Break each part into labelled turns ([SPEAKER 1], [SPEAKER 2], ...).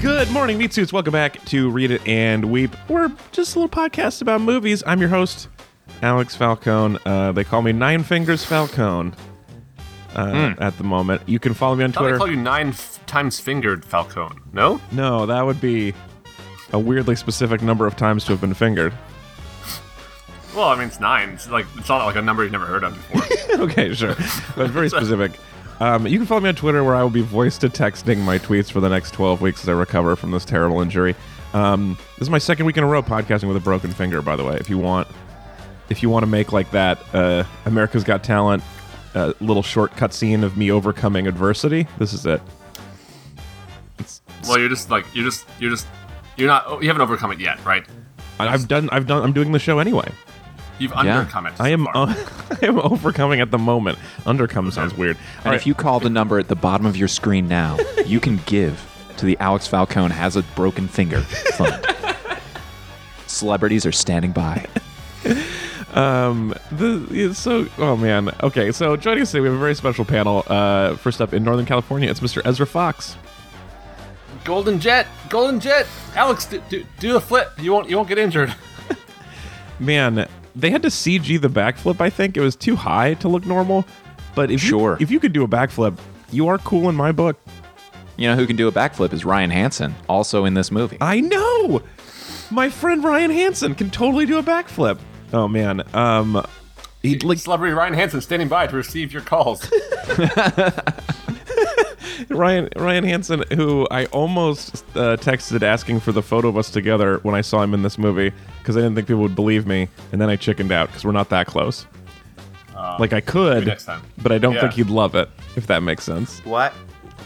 [SPEAKER 1] Good morning, meat suits. Welcome back to Read It and Weep. We're just a little podcast about movies. I'm your host, Alex Falcone. Uh, they call me Nine Fingers Falcone uh, at the moment. You can follow me on
[SPEAKER 2] I thought
[SPEAKER 1] Twitter.
[SPEAKER 2] I called you nine f- times fingered Falcone. No?
[SPEAKER 1] no, that would be a weirdly specific number of times to have been fingered.
[SPEAKER 2] Well, I mean it's nine. It's like it's not like a number you've never heard of before.
[SPEAKER 1] okay, sure. But very specific. Um, you can follow me on Twitter where I will be voice to texting my tweets for the next 12 weeks as I recover from this terrible injury. Um, this is my second week in a row podcasting with a broken finger, by the way. If you want, if you want to make like that uh, America's Got Talent uh, little shortcut scene of me overcoming adversity, this is it. It's,
[SPEAKER 2] well, you're just like you're just you're just you're not oh, you haven't overcome it yet, right?
[SPEAKER 1] I- I've done. I've done. I'm doing the show anyway.
[SPEAKER 2] You've
[SPEAKER 3] Yeah.
[SPEAKER 2] undercome it. so
[SPEAKER 1] I am. uh,
[SPEAKER 2] far.
[SPEAKER 1] I am overcoming at the moment. Undercome sounds weird.
[SPEAKER 3] And if you call the number at the bottom of your screen now, you can give to the Alex Falcone has a broken finger fund. Celebrities are standing by.
[SPEAKER 1] The, it's so, oh man. Okay, so joining us today, we have a very special panel. Uh, first up in Northern California, it's Mr. Ezra Fox.
[SPEAKER 2] Golden Jet, Golden Jet, Alex, do, do, do the flip. You won't you won't get injured.
[SPEAKER 1] Man, they had to CG the backflip. I think it was too high to look normal. But if
[SPEAKER 3] Sure.
[SPEAKER 1] you, if you could do a backflip, you are cool in my book.
[SPEAKER 3] You know who can do a backflip is Ryan Hansen, also in this movie.
[SPEAKER 1] I know. My friend Ryan Hansen can totally do a backflip. Oh man. Um, he like
[SPEAKER 2] Celebrity Ryan Hansen standing by to receive your calls.
[SPEAKER 1] Ryan Ryan Hansen, who I almost uh, texted asking for the photo of us together when I saw him in this movie because I didn't think people would believe me, and then I chickened out because we're not that close. like I could,
[SPEAKER 2] Oh, next time.
[SPEAKER 1] but I don't
[SPEAKER 2] Yeah.
[SPEAKER 1] think he'd love it if that makes sense.
[SPEAKER 4] What?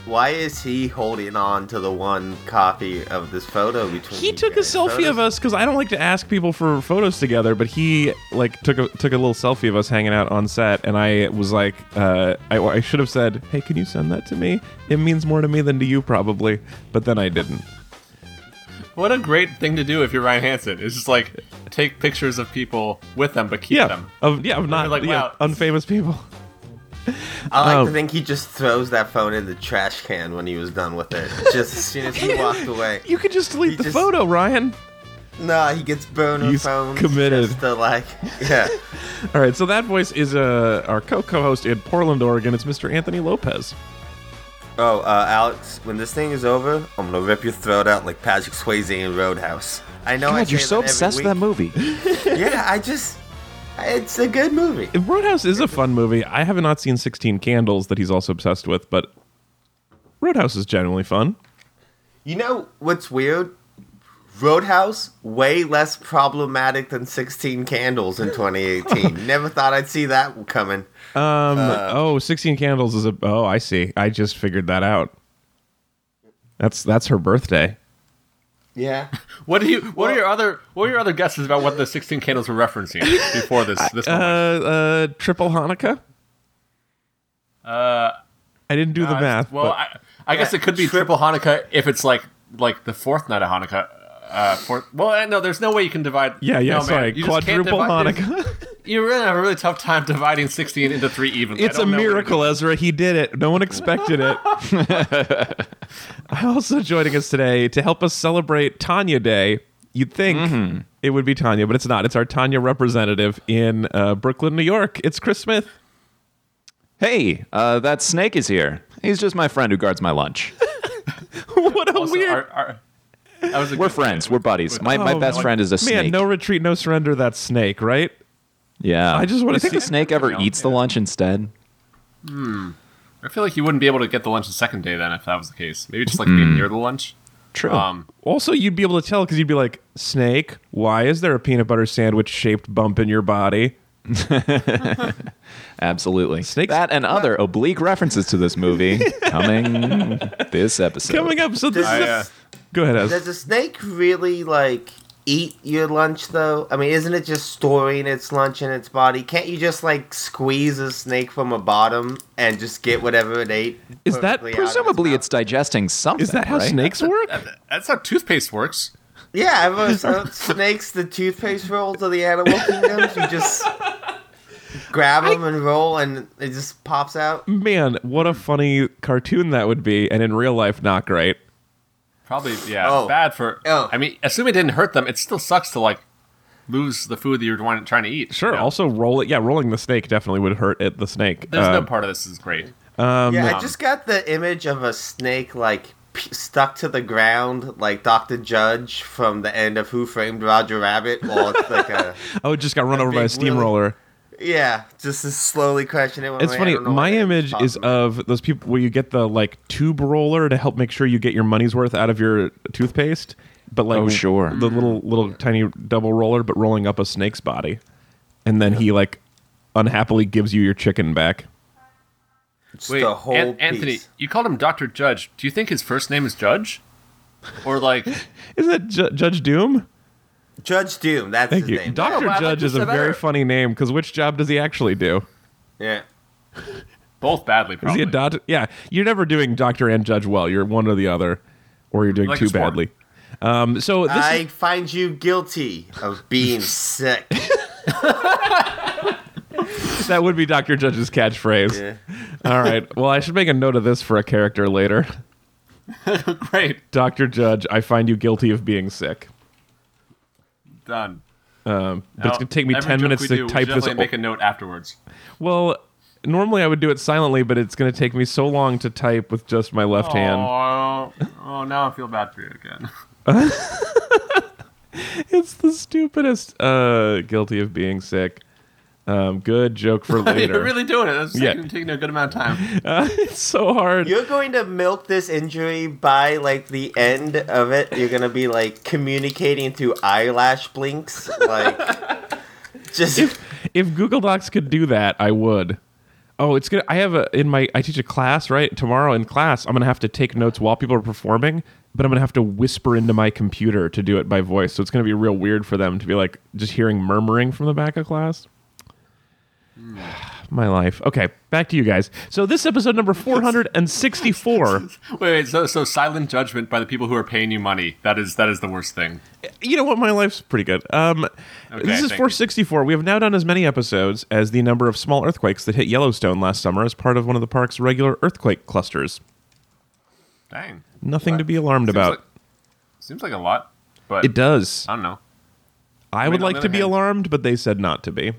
[SPEAKER 4] Why is he holding on to the one copy of this photo between?
[SPEAKER 1] He
[SPEAKER 4] you
[SPEAKER 1] took a
[SPEAKER 4] guys?
[SPEAKER 1] selfie of
[SPEAKER 4] Photos-
[SPEAKER 1] us because I don't like to ask people for photos together, but he like took a took a little selfie of us hanging out on set, and I was like, uh, I, I should have said, "Hey, can you send that to me? It means more to me than to you, probably." But then I didn't.
[SPEAKER 2] what a great thing to do if you're Ryan Hansen. It's just like take pictures of people with them, but keep
[SPEAKER 1] Yeah,
[SPEAKER 2] them.
[SPEAKER 1] of yeah, of not
[SPEAKER 2] like,
[SPEAKER 1] yeah,
[SPEAKER 2] wow.
[SPEAKER 1] unfamous people.
[SPEAKER 4] I like
[SPEAKER 1] Oh.
[SPEAKER 4] to think he just throws that phone in the trash can when he was done with it. Just as soon as he walked away.
[SPEAKER 1] You could just delete
[SPEAKER 4] He
[SPEAKER 1] the
[SPEAKER 4] just-
[SPEAKER 1] photo, Ryan.
[SPEAKER 4] Nah, he gets boner
[SPEAKER 1] He's
[SPEAKER 4] phones.
[SPEAKER 1] committed.
[SPEAKER 4] Just to like, yeah.
[SPEAKER 1] All right, so that voice is uh, our co-co-host in Portland, Oregon. It's Mr. Anthony Lopez.
[SPEAKER 4] Oh, uh, Alex, when this thing is over, I'm gonna rip your throat out like Patrick Swayze in Roadhouse. I know. I
[SPEAKER 3] God,
[SPEAKER 4] say
[SPEAKER 3] you're so
[SPEAKER 4] that every
[SPEAKER 3] obsessed with that
[SPEAKER 4] week.
[SPEAKER 3] movie.
[SPEAKER 4] Yeah, I just. It's a good movie.
[SPEAKER 1] Roadhouse is a fun movie. I have not seen Sixteen Candles that he's also obsessed with, but Roadhouse is genuinely fun.
[SPEAKER 4] You know what's weird? Roadhouse way less problematic than 16 Candles in 2018. Never thought I'd see that coming.
[SPEAKER 1] Um,
[SPEAKER 2] Uh,
[SPEAKER 1] oh, 16 Candles is a oh, I see. I just figured that out. That's that's her birthday.
[SPEAKER 4] Yeah.
[SPEAKER 2] What do you? What are your other? What are your other guesses about what the sixteen candles were referencing before this? This
[SPEAKER 1] Uh,
[SPEAKER 2] moment?
[SPEAKER 1] uh, triple Hanukkah. Uh, I didn't do the math.
[SPEAKER 2] Uh, well,
[SPEAKER 1] but-
[SPEAKER 2] I, I guess it could be triple Hanukkah if it's like like the fourth night of Hanukkah. Uh, fourth, well, uh, no, there's no way you can divide.
[SPEAKER 1] Yeah, yeah,
[SPEAKER 2] no, man,
[SPEAKER 1] sorry.
[SPEAKER 2] you just can't
[SPEAKER 1] Quadruple
[SPEAKER 2] divide this-
[SPEAKER 1] Hanukkah.
[SPEAKER 2] You really have a really tough time dividing sixteen into three evenly. I
[SPEAKER 1] It's a
[SPEAKER 2] don't know what you're
[SPEAKER 1] miracle, Ezra. He did it. No one expected it. also joining us today to help us celebrate Tanya Day. You'd think
[SPEAKER 2] Mm-hmm.
[SPEAKER 1] it would be Tanya, but it's not. It's our Tanya representative in uh, Brooklyn, New York. It's Chris Smith.
[SPEAKER 3] Hey, uh, that snake is here. He's just my friend who guards my lunch.
[SPEAKER 1] what a
[SPEAKER 2] Also,
[SPEAKER 1] weird.
[SPEAKER 2] our- our- that was a
[SPEAKER 3] We're
[SPEAKER 2] good-
[SPEAKER 3] friends. We're buddies. My, my
[SPEAKER 1] Oh,
[SPEAKER 3] best
[SPEAKER 1] man.
[SPEAKER 3] friend is a snake.
[SPEAKER 1] Man, no retreat, no surrender. That snake, right?
[SPEAKER 3] yeah.
[SPEAKER 1] I just wanna
[SPEAKER 3] You think
[SPEAKER 1] see-
[SPEAKER 3] the snake ever eats the lunch instead.
[SPEAKER 2] I feel like you wouldn't be able to get the lunch the second day then if that was the case. Maybe just like
[SPEAKER 1] Hmm.
[SPEAKER 2] being near the lunch.
[SPEAKER 1] Oh.
[SPEAKER 3] True.
[SPEAKER 2] Um,
[SPEAKER 1] Also, you'd be able to tell because you'd be like, Snake, why is there a peanut butter sandwich shaped bump in your body?
[SPEAKER 3] Absolutely.
[SPEAKER 1] Snakes-
[SPEAKER 3] That and other oblique references to this movie coming this episode.
[SPEAKER 1] Coming up, so this
[SPEAKER 4] I,
[SPEAKER 1] is. A-
[SPEAKER 2] uh,
[SPEAKER 1] Go ahead, Ez.
[SPEAKER 4] Does a snake really, like, eat your lunch, though? I mean, isn't it just storing its lunch in its body? Can't you just, like, squeeze a snake from a bottom and just get whatever it ate?
[SPEAKER 1] Is that
[SPEAKER 4] perfectly out of its
[SPEAKER 3] Presumably,
[SPEAKER 4] mouth?
[SPEAKER 3] it's digesting something.
[SPEAKER 1] Is that how
[SPEAKER 3] right?
[SPEAKER 1] snakes work?
[SPEAKER 2] That's how toothpaste works.
[SPEAKER 4] Yeah, I've always thought snakes, the toothpaste rolls of the animal kingdoms, you just grab them and roll and it just pops out.
[SPEAKER 1] Mm. Man, what a funny cartoon that would be, and in real life, not great.
[SPEAKER 2] Probably, yeah.
[SPEAKER 4] Oh.
[SPEAKER 2] Bad for.
[SPEAKER 4] Oh.
[SPEAKER 2] I mean, assume it didn't hurt them. It still sucks to like lose the food that you're trying trying to eat.
[SPEAKER 1] Sure.
[SPEAKER 2] you know?
[SPEAKER 1] Also, roll it. Yeah, rolling the snake definitely would hurt it, the snake.
[SPEAKER 2] there's
[SPEAKER 1] Uh,
[SPEAKER 2] no part of this is great.
[SPEAKER 1] Um,
[SPEAKER 4] yeah, I just got the image of a snake like p- stuck to the ground, like Doctor Judge from the end of Who Framed Roger Rabbit, while it's like a
[SPEAKER 1] oh, it just got run over by a
[SPEAKER 4] big
[SPEAKER 1] steamroller.
[SPEAKER 4] yeah, just is slowly crashing it.
[SPEAKER 1] It's funny. My image is uh, of those people where you get the like tube roller to help make sure you get your money's worth out of your toothpaste, but like
[SPEAKER 3] Oh, sure.
[SPEAKER 1] the little little tiny double roller, but rolling up a snake's body, and then he like unhappily gives you your chicken back.
[SPEAKER 4] It's
[SPEAKER 2] Wait,
[SPEAKER 4] the whole
[SPEAKER 2] An- Anthony,
[SPEAKER 4] piece.
[SPEAKER 2] you called him Doctor Judge. Do you think his first name is Judge, or like
[SPEAKER 1] Isn't that Ju- Judge Doom?
[SPEAKER 4] Judge Doom. That's
[SPEAKER 1] Thank
[SPEAKER 4] his
[SPEAKER 1] you.
[SPEAKER 4] name.
[SPEAKER 1] Doctor
[SPEAKER 2] No, I like
[SPEAKER 1] Judge
[SPEAKER 2] this
[SPEAKER 1] is a very
[SPEAKER 2] better.
[SPEAKER 1] funny name because which job does he actually do?
[SPEAKER 4] yeah.
[SPEAKER 2] both badly?
[SPEAKER 1] Is he
[SPEAKER 2] Probably.
[SPEAKER 1] a doctor? Yeah, you're never doing doctor and judge well. You're one or the other, or you're doing
[SPEAKER 2] Like a
[SPEAKER 1] too
[SPEAKER 2] sport.
[SPEAKER 1] badly. Um, so this
[SPEAKER 4] I
[SPEAKER 1] is,
[SPEAKER 4] find you guilty of being sick.
[SPEAKER 1] that would be Doctor Judge's catchphrase.
[SPEAKER 4] Yeah.
[SPEAKER 1] All right. Well, I should make a note of this for a character later.
[SPEAKER 2] Great,
[SPEAKER 1] Dr. Judge, I find you guilty of being sick.
[SPEAKER 2] done.
[SPEAKER 1] But it's
[SPEAKER 2] Now,
[SPEAKER 1] going to take me
[SPEAKER 2] every
[SPEAKER 1] 10
[SPEAKER 2] joke
[SPEAKER 1] minutes
[SPEAKER 2] we
[SPEAKER 1] to
[SPEAKER 2] do, we should
[SPEAKER 1] type this.
[SPEAKER 2] definitely Make a note afterwards.
[SPEAKER 1] well, normally I would do it silently, but it's going to take me so long to type with just my left hand.
[SPEAKER 2] Oh, oh, now I feel bad for you again.
[SPEAKER 1] It's the stupidest. Uh, guilty of being sick. Um, good joke for later.
[SPEAKER 2] You're really doing it. That's
[SPEAKER 1] Yeah.
[SPEAKER 2] taking, taking a good amount of time.
[SPEAKER 1] Uh, it's so hard.
[SPEAKER 4] You're going to milk this injury by like the end of it. You're gonna be like communicating through eyelash blinks, like just
[SPEAKER 1] if Google Docs could do that, I would. Oh, it's gonna. I have a in my. I teach a class right tomorrow in class. I'm gonna have to take notes while people are performing, but I'm gonna have to whisper into my computer to do it by voice. So it's gonna be real weird for them to be like just hearing murmuring from the back of class.
[SPEAKER 2] Hmm.
[SPEAKER 1] my life. Okay, back to you guys. So this episode number 464.
[SPEAKER 2] Wait, wait, so so silent judgment by the people who are paying you money. That is that is the worst thing.
[SPEAKER 1] you know what? My life's pretty good. Um,
[SPEAKER 2] Okay,
[SPEAKER 1] this is
[SPEAKER 2] thank you.
[SPEAKER 1] 464. We have now done as many episodes as the number of small earthquakes that hit Yellowstone last summer as part of one of the park's regular earthquake clusters.
[SPEAKER 2] Dang.
[SPEAKER 1] Nothing to be alarmed about.
[SPEAKER 2] Seems like, seems like a lot, but
[SPEAKER 1] it does.
[SPEAKER 2] I don't know.
[SPEAKER 1] I would
[SPEAKER 2] mean, on
[SPEAKER 1] like
[SPEAKER 2] the
[SPEAKER 1] to
[SPEAKER 2] other
[SPEAKER 1] be
[SPEAKER 2] hand-
[SPEAKER 1] alarmed, but they said not to be.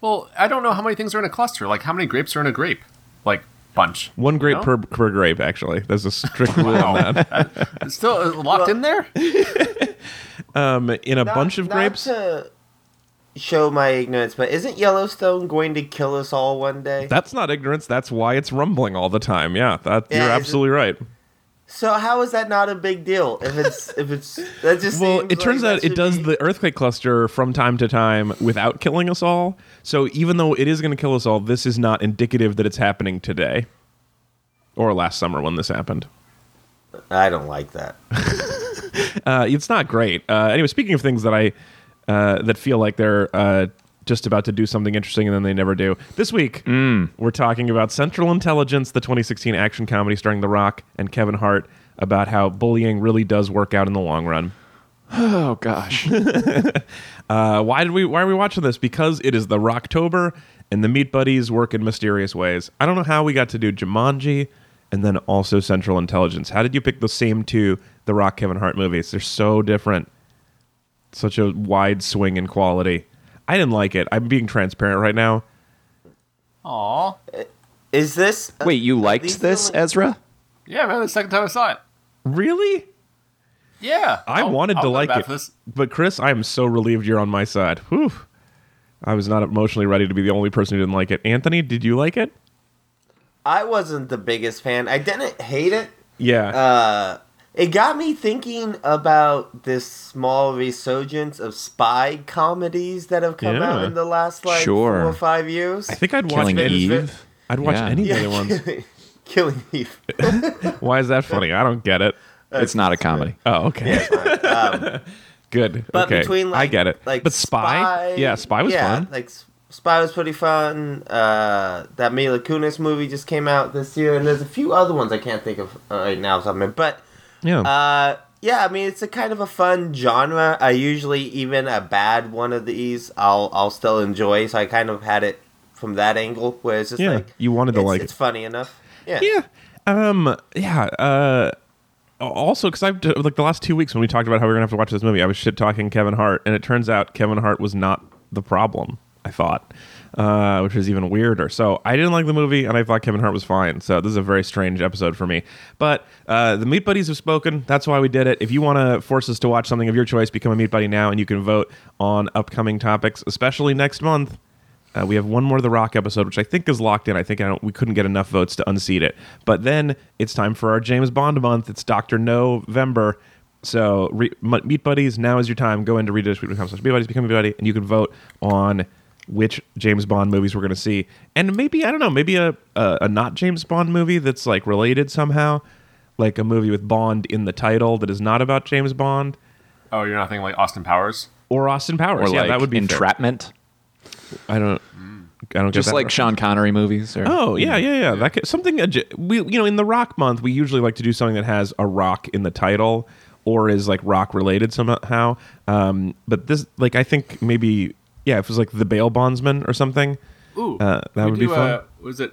[SPEAKER 2] Well, I don't know how many things are in a cluster. Like how many grapes are in a grape? Like bunch.
[SPEAKER 1] One grape
[SPEAKER 2] No?
[SPEAKER 1] per, per grape, actually. There's a strict rule on that.
[SPEAKER 2] It's still uh, locked in there.
[SPEAKER 1] Um, in a bunch of
[SPEAKER 4] not
[SPEAKER 1] grapes.
[SPEAKER 4] To show my ignorance, but isn't Yellowstone going to kill us all one day?
[SPEAKER 1] That's not ignorance. That's why it's rumbling all the time. Yeah, that,
[SPEAKER 4] Yeah,
[SPEAKER 1] you're
[SPEAKER 4] is it-
[SPEAKER 1] absolutely right.
[SPEAKER 4] so how is that not a big deal? If it's if it's that just
[SPEAKER 1] Well,
[SPEAKER 4] seems
[SPEAKER 1] it turns
[SPEAKER 4] like
[SPEAKER 1] out
[SPEAKER 4] that
[SPEAKER 1] it
[SPEAKER 4] should
[SPEAKER 1] does
[SPEAKER 4] be-
[SPEAKER 1] the earthquake cluster from time to time without killing us all. So even though it is going to kill us all, this is not indicative that it's happening today or last summer when this happened.
[SPEAKER 4] I don't like that.
[SPEAKER 1] Uh, it's not great. Uh, anyway, speaking of things that I uh, that feel like they're uh, just about to do something interesting and then they never do. This week
[SPEAKER 4] Mm.
[SPEAKER 1] we're talking about Central Intelligence, the 2016 action comedy starring The Rock and Kevin Hart about how bullying really does work out in the long run.
[SPEAKER 3] Oh gosh.
[SPEAKER 1] Uh, why did we? Why are we watching this? Because it is the Rocktober, and the Meat Buddies work in mysterious ways. I don't know how we got to do Jumanji, and then also Central Intelligence. How did you pick the same two the Rock Kevin Hart movies? They're so different. Such a wide swing in quality. I didn't like it. I'm being transparent right now.
[SPEAKER 2] Aw.
[SPEAKER 4] Is this
[SPEAKER 3] Wait, you
[SPEAKER 4] These
[SPEAKER 3] liked this,
[SPEAKER 4] little-
[SPEAKER 3] Ezra?
[SPEAKER 2] Yeah, man. The second time I saw it.
[SPEAKER 1] Really?
[SPEAKER 2] Yeah.
[SPEAKER 1] I
[SPEAKER 2] I'll-
[SPEAKER 1] wanted
[SPEAKER 2] I'll
[SPEAKER 1] to
[SPEAKER 2] go
[SPEAKER 1] like
[SPEAKER 2] back
[SPEAKER 1] it,
[SPEAKER 2] for this.
[SPEAKER 1] but Chris, I am so relieved you're on my side. Whew. I was not emotionally ready to be the only person who didn't like it. Anthony, did you like it?
[SPEAKER 4] I wasn't the biggest fan. I didn't hate it.
[SPEAKER 1] Yeah.
[SPEAKER 4] Uh, it got me thinking about this small resurgence of spy comedies that have come out
[SPEAKER 1] Yeah.
[SPEAKER 4] in the last like
[SPEAKER 3] Sure.
[SPEAKER 4] four or five years.
[SPEAKER 1] I think I'd watch
[SPEAKER 3] Killing
[SPEAKER 1] any.
[SPEAKER 3] Eve.
[SPEAKER 1] I'd watch
[SPEAKER 3] Yeah.
[SPEAKER 1] any
[SPEAKER 4] Yeah,
[SPEAKER 1] of the other ones.
[SPEAKER 4] Killing Eve.
[SPEAKER 1] Why is that funny? I don't get it.
[SPEAKER 3] It's not a comedy.
[SPEAKER 1] Oh, okay.
[SPEAKER 4] Um,
[SPEAKER 1] Good.
[SPEAKER 4] but
[SPEAKER 1] okay.
[SPEAKER 4] between like
[SPEAKER 1] I get it.
[SPEAKER 4] like
[SPEAKER 1] but spy? yeah, spy was
[SPEAKER 4] yeah,
[SPEAKER 1] fun.
[SPEAKER 4] Like S- spy was pretty fun. Uh, that Mila Kunis movie just came out this year, and there's a few other ones I can't think of uh, right now. Something, but
[SPEAKER 1] yeah.
[SPEAKER 4] Uh, yeah, I mean it's a kind of a fun genre. I usually even a bad one of these I'll I'll still enjoy. So I kind of had it from that angle where it's just
[SPEAKER 1] Yeah,
[SPEAKER 4] like
[SPEAKER 1] you wanted to
[SPEAKER 4] it's-
[SPEAKER 1] like
[SPEAKER 4] it's
[SPEAKER 1] it.
[SPEAKER 4] funny enough. Yeah.
[SPEAKER 1] yeah. Um. Yeah. Uh. also because I've like the last two weeks when we talked about how we are gonna have to watch this movie, I was shit talking Kevin Hart, and it turns out Kevin Hart was not the problem. I thought, uh, which is even weirder. So I didn't like the movie, and I thought Kevin Hart was fine. So this is a very strange episode for me. But uh, the Meat Buddies have spoken. That's why we did it. If you want to force us to watch something of your choice, become a Meat Buddy now, and you can vote on upcoming topics, especially next month. Uh, we have one more The Rock episode, which I think is locked in. I think I don't, we couldn't get enough votes to unseat it. But then it's time for our James Bond month. It's Doctor November. So re, M- Meat Buddies, now is your time. Go into redistribute.com slash Meat Buddies, become a Meat Buddy, and you can vote on which James Bond movies we're going to see. And maybe, I don't know, maybe a, a, a not James Bond movie that's like related somehow, like a movie with Bond in the title that is not about James Bond
[SPEAKER 2] Oh, you're not thinking like Austin Powers?
[SPEAKER 1] or Austin Powers.
[SPEAKER 3] Or
[SPEAKER 1] yeah,
[SPEAKER 3] like
[SPEAKER 1] that would be fair.
[SPEAKER 3] entrapment,
[SPEAKER 1] I don't. I don't get
[SPEAKER 3] just
[SPEAKER 1] that
[SPEAKER 3] like
[SPEAKER 1] reference.
[SPEAKER 3] Sean Connery movies. Or,
[SPEAKER 1] Oh yeah, yeah, yeah. That could, something adj- we you know in the rock month we usually like to do something that has a rock in the title or is like rock related somehow. Um, but this like I think maybe yeah if it was like the bail bondsman or something.
[SPEAKER 2] Ooh,
[SPEAKER 1] Uh, that
[SPEAKER 2] we
[SPEAKER 1] would be
[SPEAKER 2] do,
[SPEAKER 1] fun.
[SPEAKER 2] Uh, was it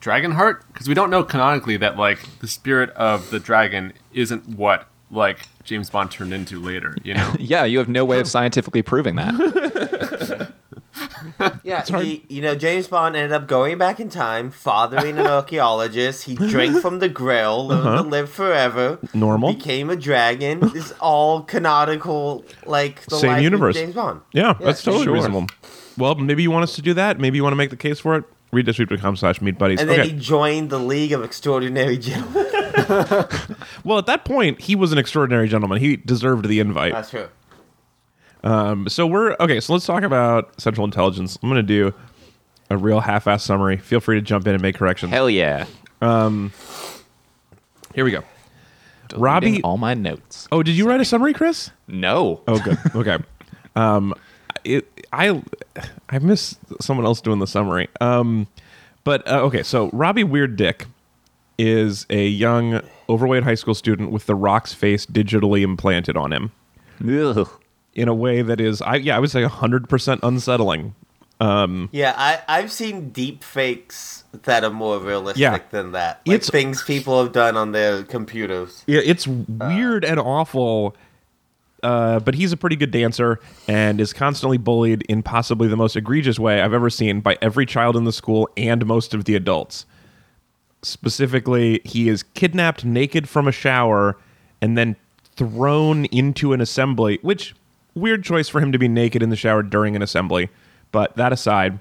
[SPEAKER 2] Dragonheart? Because we don't know canonically that like the spirit of the dragon isn't what like James Bond turned into later. You know,
[SPEAKER 3] yeah. You have no
[SPEAKER 1] Oh.
[SPEAKER 3] way of scientifically proving that.
[SPEAKER 4] Yeah, he, you know, James Bond ended up going back in time, fathering an archaeologist. He drank from the grill, learned to live forever.
[SPEAKER 1] Uh-huh. Normal.
[SPEAKER 4] Became a dragon. This is all canonical, like the
[SPEAKER 1] Same
[SPEAKER 4] life of
[SPEAKER 1] universe.
[SPEAKER 4] James Bond.
[SPEAKER 1] Yeah, that's totally
[SPEAKER 4] sure.
[SPEAKER 1] reasonable. Well, maybe you want us to do that. Maybe you want to make the case for it. Redistribute.com slash meat buddies.
[SPEAKER 4] And then
[SPEAKER 1] okay.
[SPEAKER 4] he joined the League of Extraordinary Gentlemen.
[SPEAKER 1] well, at that point, he was an extraordinary gentleman. He deserved the invite.
[SPEAKER 4] That's true.
[SPEAKER 1] so we're okay. So let's talk about central intelligence. I'm going to do a real half-ass summary. Feel free to jump in and make corrections.
[SPEAKER 3] Hell yeah.
[SPEAKER 1] Here we go.
[SPEAKER 3] Reading
[SPEAKER 1] Robbie.
[SPEAKER 3] all my notes.
[SPEAKER 1] Oh, did you write a summary, Chris?
[SPEAKER 3] No.
[SPEAKER 1] Oh, good. Okay. um, it, I I miss someone else doing the summary. Um, but uh, okay, so Robbie Weird Dick is a young, overweight high school student with the Rock's face digitally implanted on him
[SPEAKER 3] Ugh.
[SPEAKER 1] in a way that is, I yeah, I would say hundred percent unsettling.
[SPEAKER 4] Yeah, I, I've seen deep fakes that are more realistic
[SPEAKER 1] Yeah.
[SPEAKER 4] than that. Like
[SPEAKER 1] It's-
[SPEAKER 4] things people have done on their computers.
[SPEAKER 1] Yeah, it's weird and awful. Uh, but he's a pretty good dancer and is constantly bullied in possibly the most egregious way I've ever seen by every child in the school and most of the adults. Specifically, he is kidnapped naked from a shower and then thrown into an assembly, which weird choice for him to be naked in the shower during an assembly. But that aside,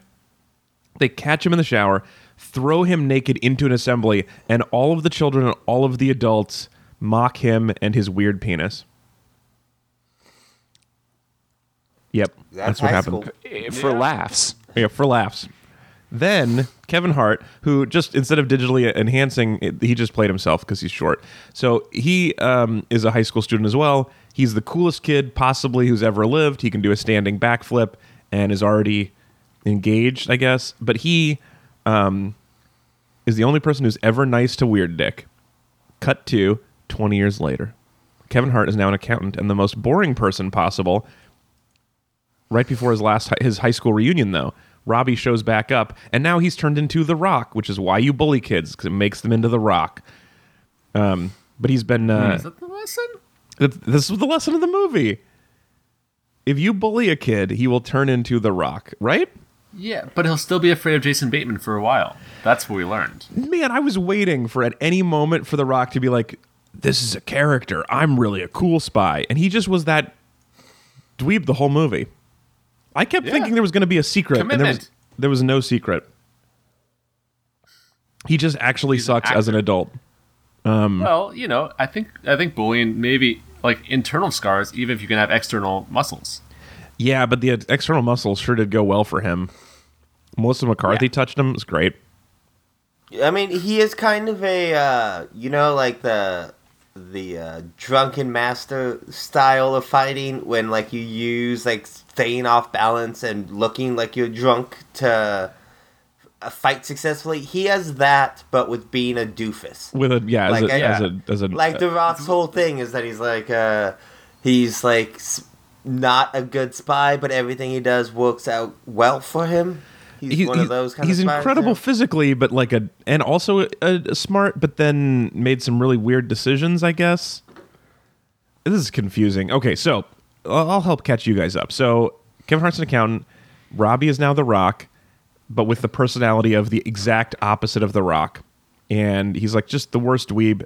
[SPEAKER 1] they catch him in the shower, throw him naked into an assembly, and all of the children and all of the adults mock him and his weird penis. Yep,
[SPEAKER 4] That's
[SPEAKER 1] what
[SPEAKER 4] high
[SPEAKER 1] happened.
[SPEAKER 4] school.
[SPEAKER 3] For laughs.
[SPEAKER 1] Yeah, for laughs. Then Kevin Hart, who just instead of digitally enhancing, it, he just played himself because he's short. So he um, is a high school student as well. He's the coolest kid possibly who's ever lived. He can do a standing backflip and is already engaged, I guess. But he um, is the only person who's ever nice to Weird Dick. Cut to 20 years later. Kevin Hart is now an accountant and the most boring person possible right before his last his high school reunion though robbie shows back up and now he's turned into the rock which is why you bully kids because it makes them into the rock um, but he's been uh,
[SPEAKER 2] is that the lesson?
[SPEAKER 1] th- this was the lesson of the movie if you bully a kid he will turn into the rock right
[SPEAKER 2] Yeah, but he'll still be afraid of Jason Bateman for a while. That's what we learned.
[SPEAKER 1] man i was waiting for at any moment for the rock to be like this is a character i'm really a cool spy and he just was that dweeb the whole movie i kept
[SPEAKER 2] Yeah.
[SPEAKER 1] thinking there was going to be a secret and there was,
[SPEAKER 2] Commitment.
[SPEAKER 1] there was no secret he just actually
[SPEAKER 2] an
[SPEAKER 1] sucks as an adult Mm.
[SPEAKER 2] Well, you know, I think I think bullying maybe like internal scars, even if you can have external muscles.
[SPEAKER 1] yeah but the external muscles sure did go well for him melissa mccarthy touched him it's great
[SPEAKER 4] I mean, he is kind of a uh, you know like the the uh, drunken master style of fighting when like you use like staying off balance and looking like you're drunk to uh, fight successfully. He has that, but with being a doofus.
[SPEAKER 1] with a yeah as,
[SPEAKER 4] Like,
[SPEAKER 1] a,
[SPEAKER 4] I-
[SPEAKER 1] as a as a
[SPEAKER 4] Like the Rock's whole thing is that he's like uh, he's like s- not a good spy, but everything he does works out well for him. He's
[SPEAKER 1] He-
[SPEAKER 4] one
[SPEAKER 1] he-
[SPEAKER 4] of those kind
[SPEAKER 1] he's
[SPEAKER 4] of spiders,
[SPEAKER 1] incredible
[SPEAKER 4] yeah.
[SPEAKER 1] physically, but like a and also a, a smart, but then made some really weird decisions. I guess this is confusing. Okay, so I'll I'll help catch you guys up. So Kevin Hart's an accountant. Robbie is now the Rock, but with the personality of the exact opposite of the Rock, and he's like just the worst dweeb.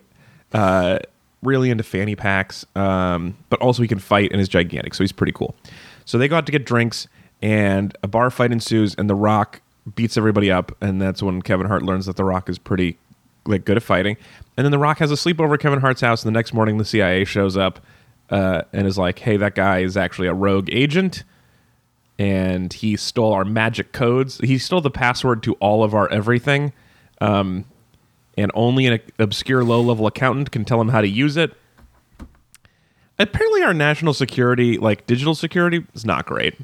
[SPEAKER 1] Uh, really into fanny packs, um, but also he can fight and is gigantic, so he's pretty cool. So they go out to get drinks, and a bar fight ensues, and The Rock beats everybody up, and that's when Kevin Hart learns that The Rock is pretty like good at fighting. And then The Rock has a sleepover at Kevin Hart's house, and the next morning the CIA shows up uh, and is like, "Hey, that guy is actually a rogue agent." and he stole our magic codes. He stole the password to all of our everything, um, and only an obscure low-level accountant can tell him how to use it. Apparently, our national security, like digital security, is not great.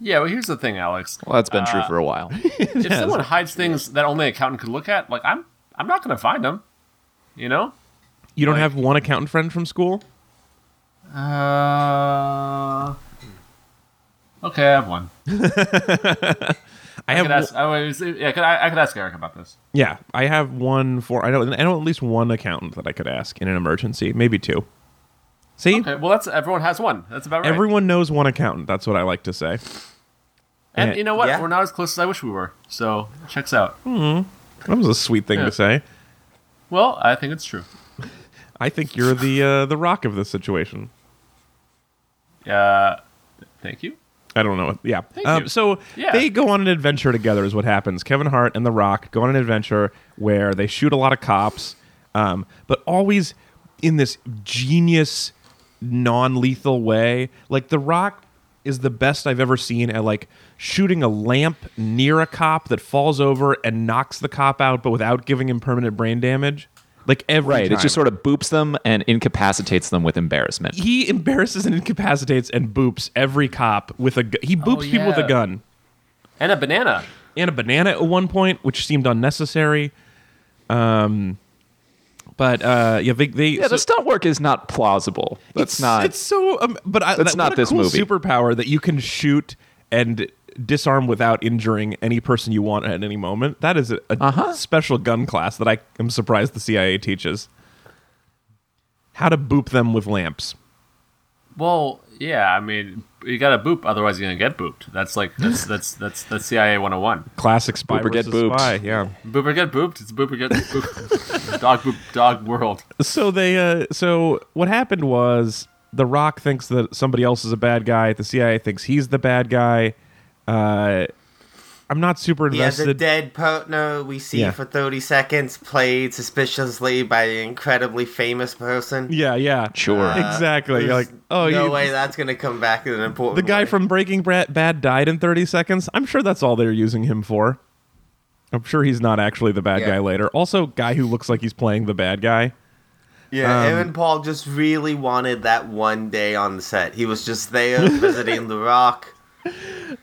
[SPEAKER 2] Yeah, well, here's the thing, Alex.
[SPEAKER 3] Well, that's been true
[SPEAKER 4] Uh,
[SPEAKER 3] for a while.
[SPEAKER 2] if someone hides things that only an accountant could look at, like I'm, I'm not going to find them. You know.
[SPEAKER 1] You don't
[SPEAKER 2] Like-
[SPEAKER 1] have one accountant friend from school.
[SPEAKER 2] Uh. Okay, I have one.
[SPEAKER 1] I
[SPEAKER 2] I
[SPEAKER 1] have
[SPEAKER 2] could
[SPEAKER 1] one-
[SPEAKER 2] ask. I was, yeah, could I, I could ask Eric about this.
[SPEAKER 1] yeah, I have one for I don't I know at least one accountant that I could ask in an emergency, maybe two. See,
[SPEAKER 2] Okay, Uh, well, that's everyone has one. That's about right.
[SPEAKER 1] everyone knows one accountant. That's what I like to say.
[SPEAKER 2] and you know what?
[SPEAKER 4] Yeah.
[SPEAKER 2] We're not as close as I wish we were. So checks out.
[SPEAKER 1] That was a sweet thing
[SPEAKER 2] Yeah.
[SPEAKER 1] to say.
[SPEAKER 2] Well, I think it's true.
[SPEAKER 1] I think you're the uh, the rock of this situation.
[SPEAKER 2] Uh, thank you.
[SPEAKER 1] I don't know. Yeah.
[SPEAKER 2] Thank
[SPEAKER 1] Um,
[SPEAKER 2] you.
[SPEAKER 1] so
[SPEAKER 2] Yeah.
[SPEAKER 1] they go on an adventure together, is what happens. Kevin Hart and The Rock go on an adventure where they shoot a lot of cops, um, but always in this genius, non lethal way. Like, The Rock is the best I've ever seen at like shooting a lamp near a cop that falls over and knocks the cop out, but without giving him permanent brain damage. Like, every
[SPEAKER 3] Right. It
[SPEAKER 1] time.
[SPEAKER 3] just sort of boops them and incapacitates them with embarrassment.
[SPEAKER 1] He embarrasses and incapacitates and boops every cop with a gu- He boops people with a
[SPEAKER 2] Oh, yeah.
[SPEAKER 1] gun.
[SPEAKER 2] And a banana.
[SPEAKER 1] and a banana at one point, which seemed unnecessary. Um, but uh, yeah, they, they
[SPEAKER 3] Yeah,
[SPEAKER 1] so-
[SPEAKER 3] the stunt work is not plausible. That's
[SPEAKER 1] it's,
[SPEAKER 3] not.
[SPEAKER 1] It's so, um, but I,
[SPEAKER 3] That's
[SPEAKER 1] that-
[SPEAKER 3] not
[SPEAKER 1] what a
[SPEAKER 3] this
[SPEAKER 1] cool
[SPEAKER 3] movie.
[SPEAKER 1] Superpower that you can shoot and disarm without injuring any person you want at any moment. That is a, a
[SPEAKER 3] Uh-huh.
[SPEAKER 1] special gun class that I am surprised the CIA teaches. How to boop them with lamps.
[SPEAKER 2] Well, yeah. I mean, you got to boop, otherwise you're gonna get booped. That's like that's that's that's that's CIA 101.
[SPEAKER 1] Classic spy
[SPEAKER 3] Booper get
[SPEAKER 1] versus
[SPEAKER 3] booped.
[SPEAKER 1] spy. Yeah.
[SPEAKER 2] Boop or get booped. It's boop or get booped. dog boop dog world.
[SPEAKER 1] so they uh so what happened was the rock thinks that somebody else is a bad guy the cia thinks he's the bad guy uh i'm not super
[SPEAKER 4] He has a
[SPEAKER 1] invested
[SPEAKER 4] dead partner we see
[SPEAKER 1] Yeah.
[SPEAKER 4] for 30 seconds, played suspiciously by an incredibly famous person.
[SPEAKER 1] yeah yeah
[SPEAKER 3] Sure. Uh,
[SPEAKER 1] exactly you're
[SPEAKER 4] There's
[SPEAKER 1] like oh
[SPEAKER 4] no
[SPEAKER 1] you,
[SPEAKER 4] way that's gonna come back in an important.
[SPEAKER 1] the guy
[SPEAKER 4] way.
[SPEAKER 1] from breaking Bra- bad died in 30 seconds i'm sure that's all they're using him for i'm sure he's not actually the bad
[SPEAKER 4] Yeah.
[SPEAKER 1] guy later also guy who looks like he's playing the bad guy
[SPEAKER 4] yeah,
[SPEAKER 1] um,
[SPEAKER 4] Aaron Paul just really wanted that one day on the set. He was just there visiting The Rock.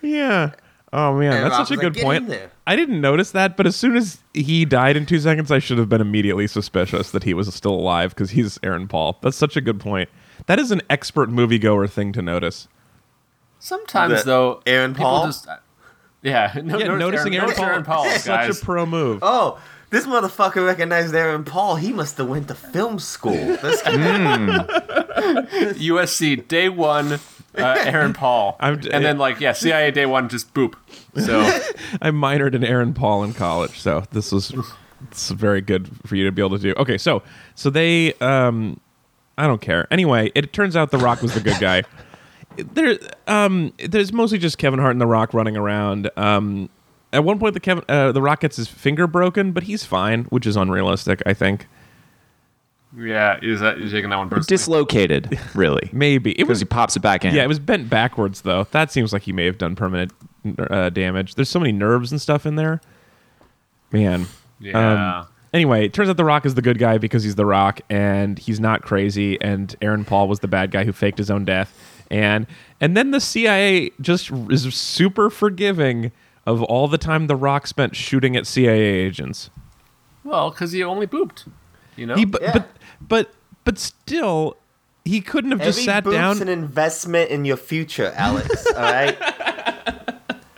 [SPEAKER 1] Yeah. Oh man,
[SPEAKER 4] And
[SPEAKER 1] that's
[SPEAKER 4] Rob
[SPEAKER 1] such a
[SPEAKER 4] was like,
[SPEAKER 1] good
[SPEAKER 4] "Get in
[SPEAKER 1] point.
[SPEAKER 4] there."
[SPEAKER 1] I didn't notice that, but as soon as he died in two seconds, I should have been immediately suspicious that he was still alive because he's Aaron Paul. That's such a good point. That is an expert moviegoer thing to notice.
[SPEAKER 2] Sometimes
[SPEAKER 4] The-
[SPEAKER 2] though,
[SPEAKER 4] Aaron
[SPEAKER 2] people
[SPEAKER 4] Paul?
[SPEAKER 2] Just, yeah, no,
[SPEAKER 1] Yeah,
[SPEAKER 2] notice
[SPEAKER 1] noticing Aaron,
[SPEAKER 2] notice
[SPEAKER 1] Paul, is
[SPEAKER 2] Aaron Paul,
[SPEAKER 1] such
[SPEAKER 2] guys.
[SPEAKER 1] a pro move.
[SPEAKER 4] Oh, this motherfucker recognized Aaron Paul. He must have went to film school. This
[SPEAKER 2] USC day one, uh, Aaron Paul,
[SPEAKER 1] I'm-
[SPEAKER 2] and then like yeah, CIA day one, just boop. So
[SPEAKER 1] I minored in Aaron Paul in college, so this was this is very good for you to be able to do. Okay, so so they um I don't care. Anyway, it turns out The Rock was the good guy. there um there's mostly just Kevin Hart and The Rock running around. Um at one point the Kevin uh, The Rock gets his finger broken, but he's fine, which is unrealistic, I think.
[SPEAKER 2] yeah, is that you taking that one personally?
[SPEAKER 3] dislocated, really.
[SPEAKER 1] Maybe. It
[SPEAKER 3] Because
[SPEAKER 1] was
[SPEAKER 3] he pops it back in.
[SPEAKER 1] yeah, it was bent backwards though. That seems like he may have done permanent uh, damage. There's so many nerves and stuff in there. Man.
[SPEAKER 2] yeah.
[SPEAKER 1] Um, anyway, it turns out The Rock is the good guy because he's The Rock and he's not crazy. And Aaron Paul was the bad guy who faked his own death. And and then the CIA just is super forgiving of all the time The Rock spent shooting at CIA agents.
[SPEAKER 2] well, because he only booped. You know.
[SPEAKER 1] He, but,
[SPEAKER 4] Yeah.
[SPEAKER 1] but but but still, he couldn't have just
[SPEAKER 4] every
[SPEAKER 1] sat
[SPEAKER 4] boop's
[SPEAKER 1] down.
[SPEAKER 4] an investment in your future, Alex. All right.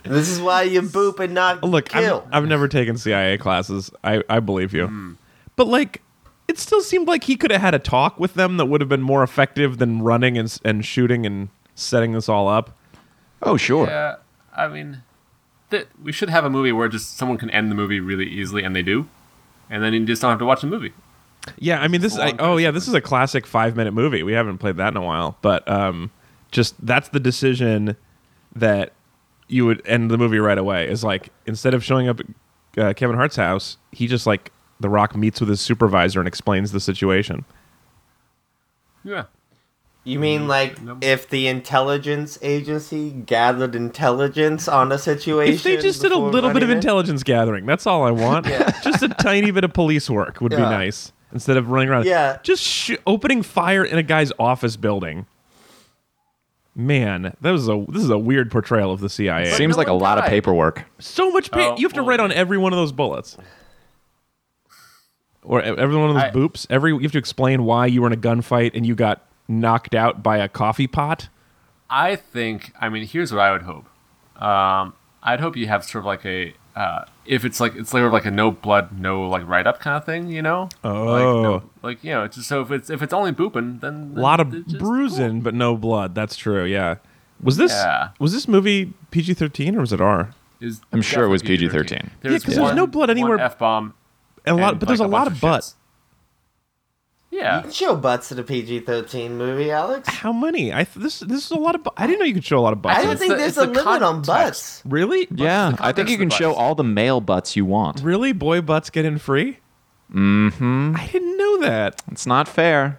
[SPEAKER 4] This is why you boop and not
[SPEAKER 1] Oh, Look, I'm,
[SPEAKER 4] kill.
[SPEAKER 1] I've never taken CIA classes. I, I believe you. But, like, it still seemed like he could have had a talk with them that would have been more effective than running and, s- and shooting and setting this all up.
[SPEAKER 3] Oh, sure.
[SPEAKER 2] Yeah, I mean, th- we should have a movie where just someone can end the movie really easily, and they do, and then you just don't have to watch the movie.
[SPEAKER 1] Yeah, I mean, this. I,
[SPEAKER 2] long
[SPEAKER 1] oh yeah, this is a classic five-minute movie. We haven't played that in a while, but um, just that's the decision that you would end the movie right away. Is like instead of showing up at uh, Kevin Hart's house, he just like The Rock meets with his supervisor and explains the situation.
[SPEAKER 2] Yeah.
[SPEAKER 4] You
[SPEAKER 1] Mm.
[SPEAKER 4] mean like
[SPEAKER 2] no.
[SPEAKER 4] if the intelligence agency gathered intelligence on a situation?
[SPEAKER 1] If they just did a
[SPEAKER 4] before
[SPEAKER 1] little bit of
[SPEAKER 4] running it?
[SPEAKER 1] intelligence gathering, that's all I want.
[SPEAKER 4] Yeah.
[SPEAKER 1] Just a tiny bit of police work would be
[SPEAKER 4] Yeah.
[SPEAKER 1] nice instead of running around.
[SPEAKER 4] Yeah.
[SPEAKER 1] Just sh- opening fire in a guy's office building. Man, that was a this is a weird portrayal of the CIA.
[SPEAKER 3] Seems
[SPEAKER 2] no
[SPEAKER 3] like a
[SPEAKER 2] one
[SPEAKER 3] lot of
[SPEAKER 2] died.
[SPEAKER 3] paperwork.
[SPEAKER 1] so much pain.
[SPEAKER 2] Oh,
[SPEAKER 1] you have to
[SPEAKER 2] well,
[SPEAKER 1] write on every one of those bullets. Or e- every one of those
[SPEAKER 2] I-
[SPEAKER 1] boops. Every you have to explain why you were in a gunfight and you got knocked out by a coffee pot.
[SPEAKER 2] I think. I mean, here's what I would hope. Um, I'd hope you have sort of like a uh, if it's like it's sort of like a no blood, no like write up kind of thing, you know? Like,
[SPEAKER 1] Oh.
[SPEAKER 2] no, like you know, it's just so if it's if it's only booping, then
[SPEAKER 1] A lot of
[SPEAKER 2] it's just
[SPEAKER 1] bruising, but no blood. That's true. Yeah. Was this
[SPEAKER 2] Yeah.
[SPEAKER 1] was this movie PG thirteen or was it R?
[SPEAKER 2] cool. It's
[SPEAKER 3] I'm sure it was
[SPEAKER 2] definitely
[SPEAKER 3] PG-13.
[SPEAKER 1] Yeah, 'cause there's
[SPEAKER 2] one-
[SPEAKER 1] no blood
[SPEAKER 2] one
[SPEAKER 1] anywhere-
[SPEAKER 2] F-bomb.
[SPEAKER 1] A lot,
[SPEAKER 2] and,
[SPEAKER 1] but there's
[SPEAKER 2] like,
[SPEAKER 1] a lot
[SPEAKER 2] bunch
[SPEAKER 1] of butts.
[SPEAKER 2] shits. Yeah.
[SPEAKER 4] You can show butts in a PG thirteen movie, Alex.
[SPEAKER 1] How many? I th- this this is a lot of. Bu- I didn't know you could show a lot of butts.
[SPEAKER 4] I
[SPEAKER 1] in
[SPEAKER 4] don't
[SPEAKER 1] it.
[SPEAKER 2] it's
[SPEAKER 4] think
[SPEAKER 2] the-
[SPEAKER 4] there's
[SPEAKER 2] it's
[SPEAKER 4] a
[SPEAKER 2] the
[SPEAKER 4] limit on
[SPEAKER 2] context.
[SPEAKER 4] butts.
[SPEAKER 1] really,
[SPEAKER 3] Yeah,
[SPEAKER 2] the
[SPEAKER 3] I think
[SPEAKER 2] context
[SPEAKER 3] you
[SPEAKER 2] of
[SPEAKER 3] can
[SPEAKER 2] the
[SPEAKER 3] show
[SPEAKER 2] butts?
[SPEAKER 3] all the male butts you want.
[SPEAKER 1] really, boy butts get in free. Mm-hmm. I didn't know that.
[SPEAKER 3] It's not fair.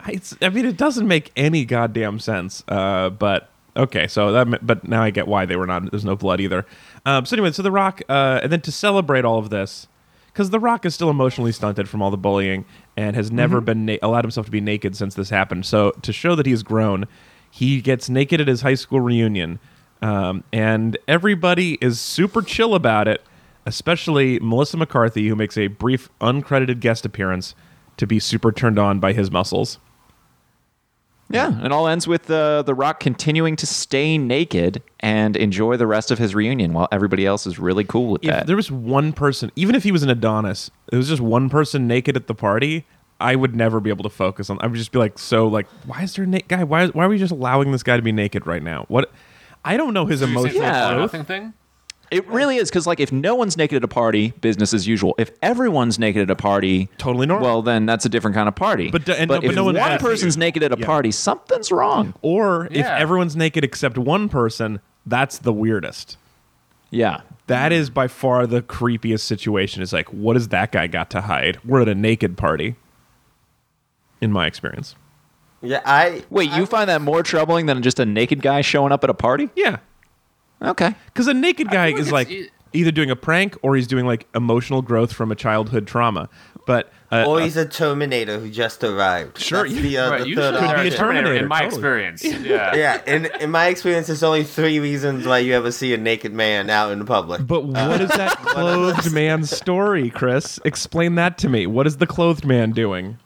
[SPEAKER 1] I, it's, I mean, it doesn't make any goddamn sense. Uh, but okay, so that. ma- But now I get why they were not. There's no blood either. Um, so anyway, so The Rock, uh, and then to celebrate all of this, because The Rock is still emotionally stunted from all the bullying and has never been na- allowed himself to be naked since this happened. So to show that he's grown, he gets naked at his high school reunion, um, and everybody is super chill about it. Especially Melissa McCarthy, who makes a brief uncredited guest appearance to be super turned on by his muscles.
[SPEAKER 3] Yeah, and it all ends with uh, The Rock continuing to stay naked and enjoy the rest of his reunion while everybody else is really cool with
[SPEAKER 1] if
[SPEAKER 3] that.
[SPEAKER 1] there was one person, even if he was an Adonis, there was just one person naked at the party, I would never be able to focus on. I would just be like, so like, why is there a naked guy? Why why are we just allowing this guy to be naked right now? What? I don't know his
[SPEAKER 2] Did you say it's
[SPEAKER 1] emotional
[SPEAKER 2] like
[SPEAKER 3] Yeah.
[SPEAKER 2] a
[SPEAKER 1] growth.
[SPEAKER 2] nothing thing?
[SPEAKER 3] It really is because, like, if no one's naked at a party, business as usual. If everyone's naked at a party,
[SPEAKER 1] Totally normal.
[SPEAKER 3] Well, then that's a different kind of party.
[SPEAKER 1] But do- and no-
[SPEAKER 3] if
[SPEAKER 1] but no one
[SPEAKER 3] one
[SPEAKER 1] has to.
[SPEAKER 3] person's naked at a
[SPEAKER 1] Yeah.
[SPEAKER 3] party, something's wrong.
[SPEAKER 1] Or if
[SPEAKER 2] Yeah.
[SPEAKER 1] everyone's naked except one person, that's the weirdest.
[SPEAKER 3] Yeah,
[SPEAKER 1] That is by far the creepiest situation. It's like, what has that guy got to hide? We're at a naked party. In my experience,
[SPEAKER 4] Yeah, I
[SPEAKER 3] Wait, you find that more troubling than just a naked guy showing up at a party?
[SPEAKER 1] yeah.
[SPEAKER 3] Okay.
[SPEAKER 1] Because a naked guy
[SPEAKER 2] feel
[SPEAKER 1] is
[SPEAKER 2] like
[SPEAKER 1] like
[SPEAKER 2] it's- e-,
[SPEAKER 1] either doing a prank or he's doing like emotional growth from a childhood trauma. But uh,
[SPEAKER 4] or he's a Terminator who just arrived.
[SPEAKER 1] Sure,
[SPEAKER 4] That's
[SPEAKER 1] you-
[SPEAKER 4] the, uh,
[SPEAKER 2] Right,
[SPEAKER 4] the
[SPEAKER 2] you
[SPEAKER 4] third
[SPEAKER 1] Could
[SPEAKER 2] should
[SPEAKER 1] be a
[SPEAKER 4] option.
[SPEAKER 2] be
[SPEAKER 1] Terminator,
[SPEAKER 2] in my
[SPEAKER 1] totally.
[SPEAKER 2] experience. Yeah.
[SPEAKER 4] Yeah, in in my experience, there's only three reasons why you ever see a naked man out in public.
[SPEAKER 1] but what is that clothed man story, Chris? Explain that to me. What is the clothed man doing?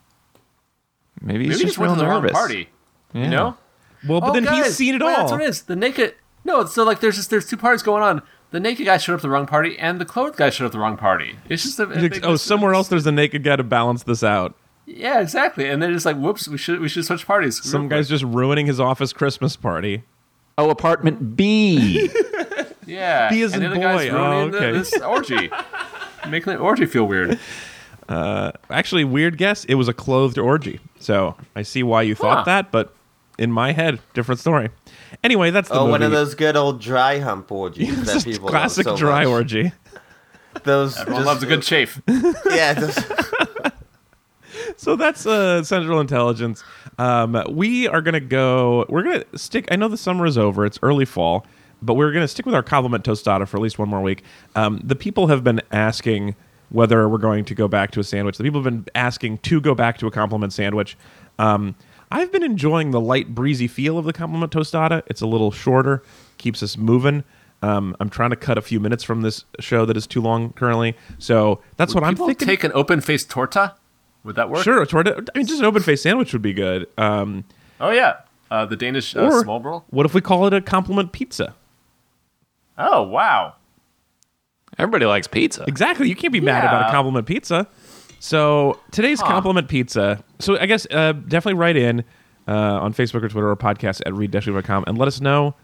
[SPEAKER 3] Maybe he's
[SPEAKER 2] Maybe he
[SPEAKER 3] just
[SPEAKER 2] just went
[SPEAKER 3] real
[SPEAKER 2] to the wrong
[SPEAKER 3] nervous.
[SPEAKER 2] party. You know?
[SPEAKER 1] Well, but
[SPEAKER 2] Oh,
[SPEAKER 1] then he's
[SPEAKER 2] guys,
[SPEAKER 1] seen it
[SPEAKER 2] wait,
[SPEAKER 1] all.
[SPEAKER 2] That's what it is. The naked. No, so like there's just there's two parties going on. The naked guy showed up at the wrong party, and the clothed guy showed up at the wrong party. It's just a, a
[SPEAKER 1] He's like,
[SPEAKER 2] big-
[SPEAKER 1] oh, somewhere else there's a naked guy to balance this out.
[SPEAKER 2] Yeah, exactly. And they're just like, whoops, we should we should switch parties.
[SPEAKER 1] Some guy's just ruining his office Christmas party.
[SPEAKER 3] Oh, apartment B.
[SPEAKER 2] yeah.
[SPEAKER 1] B as
[SPEAKER 2] and the
[SPEAKER 1] in
[SPEAKER 2] other guy's
[SPEAKER 1] boy. Oh,
[SPEAKER 2] ruining the-
[SPEAKER 1] okay.
[SPEAKER 2] this orgy, making the orgy feel weird.
[SPEAKER 1] Actually, weird guess. It was a clothed orgy. So I see why you thought
[SPEAKER 2] Huh.
[SPEAKER 1] that, but in my head, different story. Anyway, that's the
[SPEAKER 4] Oh,
[SPEAKER 1] movie.
[SPEAKER 4] one of those good old dry hump orgies that
[SPEAKER 1] Just
[SPEAKER 4] people love
[SPEAKER 1] classic
[SPEAKER 4] so
[SPEAKER 1] dry
[SPEAKER 4] much.
[SPEAKER 1] orgy.
[SPEAKER 4] Those
[SPEAKER 2] Everyone
[SPEAKER 4] just-
[SPEAKER 2] loves a good
[SPEAKER 1] uh,
[SPEAKER 2] chafe.
[SPEAKER 4] yeah. those-
[SPEAKER 1] so that's uh, Central Intelligence. Um, we are gonna go. We're gonna stick. I know the summer is over. It's early fall, but we're gonna stick with our compliment tostada for at least one more week. Um, the people have been asking whether we're going to go back to a sandwich. The people have been asking to go back to a compliment sandwich. Um, I've been enjoying the light breezy feel of the compliment tostada. It's a little shorter, keeps us moving. Um, I'm trying to cut a few minutes from this show that is too long currently, so that's what I'm
[SPEAKER 2] People
[SPEAKER 1] thinking.
[SPEAKER 2] take an open faced torta. Would that work?
[SPEAKER 1] Sure, a torta. I mean, just an open faced sandwich would be good. Um,
[SPEAKER 2] Oh yeah. Uh, the Danish uh,
[SPEAKER 1] or
[SPEAKER 2] small roll.
[SPEAKER 1] what if we call it a compliment pizza?
[SPEAKER 2] Oh wow.
[SPEAKER 5] Everybody likes pizza.
[SPEAKER 1] Exactly. You can't be mad about a
[SPEAKER 2] Yeah.
[SPEAKER 1] compliment pizza. So today's compliment pizza. So I guess uh, definitely write in uh, on Facebook or Twitter or podcast at read-com and let us know.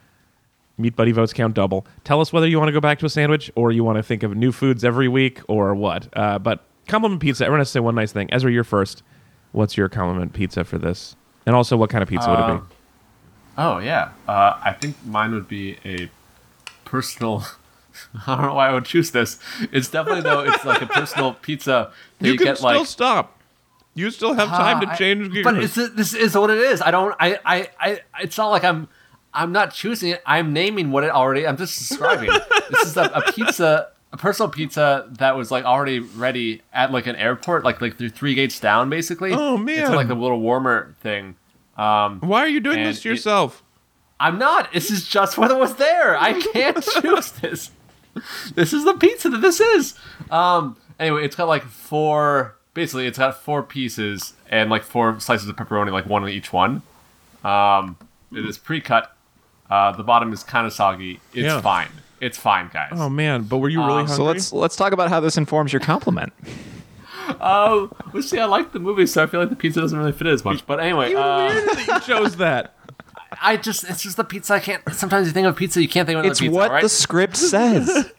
[SPEAKER 1] Meat buddy votes count double. Tell us whether you want to go back to a sandwich or you want to think of new foods every week or what. Uh, but compliment pizza. Everyone has to say one nice thing. Ezra, you're first. What's your compliment pizza for this? And also, what kind of pizza would it
[SPEAKER 2] Um,
[SPEAKER 1] be?
[SPEAKER 2] Oh yeah. Uh, I think mine would be a personal. I don't know why I would choose this. It's definitely though. It's like a personal pizza. That you, get like
[SPEAKER 1] stop. You still have
[SPEAKER 2] Ah, I- But it's, this is what it is. I don't. I, I. I. It's not like I'm. I'm not choosing it. I'm naming what it already. I'm just describing. this is a, a pizza, a personal pizza that was like already ready at like an airport, like like through three gates down, basically.
[SPEAKER 1] Oh,
[SPEAKER 2] It's
[SPEAKER 1] man.
[SPEAKER 2] like a little warmer thing.
[SPEAKER 1] Why are you doing
[SPEAKER 2] And
[SPEAKER 1] this to
[SPEAKER 2] it-
[SPEAKER 1] yourself?
[SPEAKER 2] I'm not. This is just what was there. I can't choose this. This is the pizza that this is. Um. Anyway, it's got like four. Basically, it's got four pieces and like four slices of pepperoni, like one on each one. Um, it is pre-cut. Uh, the bottom is kind of soggy. It's
[SPEAKER 1] Yeah.
[SPEAKER 2] fine. It's fine, guys.
[SPEAKER 3] Um,
[SPEAKER 1] Oh man, but were you really hungry?
[SPEAKER 3] So let's let's talk about how this informs your compliment.
[SPEAKER 2] Oh, well, see, I like the movie, so I feel like the pizza doesn't really fit as much. But anyway, uh,
[SPEAKER 1] you chose that.
[SPEAKER 2] I just—it's just the pizza. I can't. Sometimes you think of pizza, you can't think of another
[SPEAKER 3] It's
[SPEAKER 2] pizza.
[SPEAKER 3] what
[SPEAKER 2] right?
[SPEAKER 3] the script says.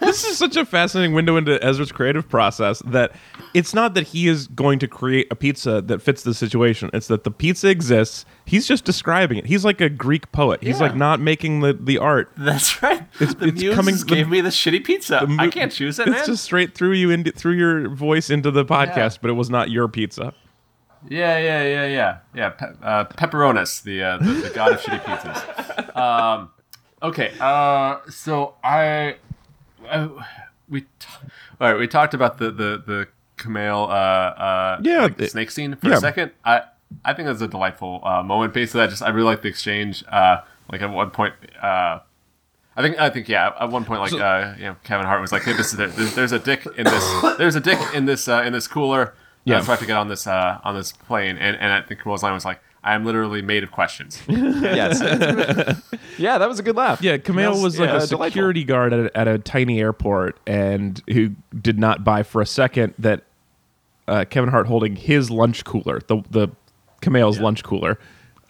[SPEAKER 1] This is such a fascinating window into Ezra's creative process that it's not that he is going to create a pizza that fits the situation. It's that the pizza exists. He's just describing it. He's like a Greek poet. He's
[SPEAKER 2] Yeah.
[SPEAKER 1] like not making the, the art.
[SPEAKER 2] That's right. the
[SPEAKER 1] it's
[SPEAKER 2] muse
[SPEAKER 1] coming-
[SPEAKER 2] just
[SPEAKER 1] the-
[SPEAKER 2] gave me the shitty pizza.
[SPEAKER 1] The mo-
[SPEAKER 2] I can't choose it,
[SPEAKER 1] It's
[SPEAKER 2] man.
[SPEAKER 1] just straight through you into through your voice into the podcast, but it was not your pizza.
[SPEAKER 2] Yeah, yeah, yeah, yeah, yeah. Pe- uh, pepperonis, the, uh, the the god of shitty pizzas. Um, okay, uh, so I, I we t- all right. We talked about the the the Camille uh, uh,
[SPEAKER 1] Yeah,
[SPEAKER 2] like,
[SPEAKER 1] it-
[SPEAKER 2] snake scene for
[SPEAKER 1] yeah.
[SPEAKER 2] a second. I I think that's a delightful uh, moment. Basically, I just I really like the exchange. Uh, like at one point. Uh, I think I think yeah. At one point, like uh, you know, Kevin Hart was like, "Hey, this is there, there's, there's a dick in this. There's a dick in this uh, in this
[SPEAKER 1] Yeah.
[SPEAKER 2] cooler. Yeah, so I have to get on this uh, on this plane." And and I think Will's line was like, "I am literally made of questions."
[SPEAKER 3] yes. yeah, that was a good laugh.
[SPEAKER 1] Yeah, Camille
[SPEAKER 3] Yes,
[SPEAKER 1] was like
[SPEAKER 3] yeah,
[SPEAKER 1] a
[SPEAKER 3] delightful.
[SPEAKER 1] security guard at a, at a tiny airport, and who did not buy for a second that uh, Kevin Hart holding his lunch cooler, the the Camille's lunch cooler,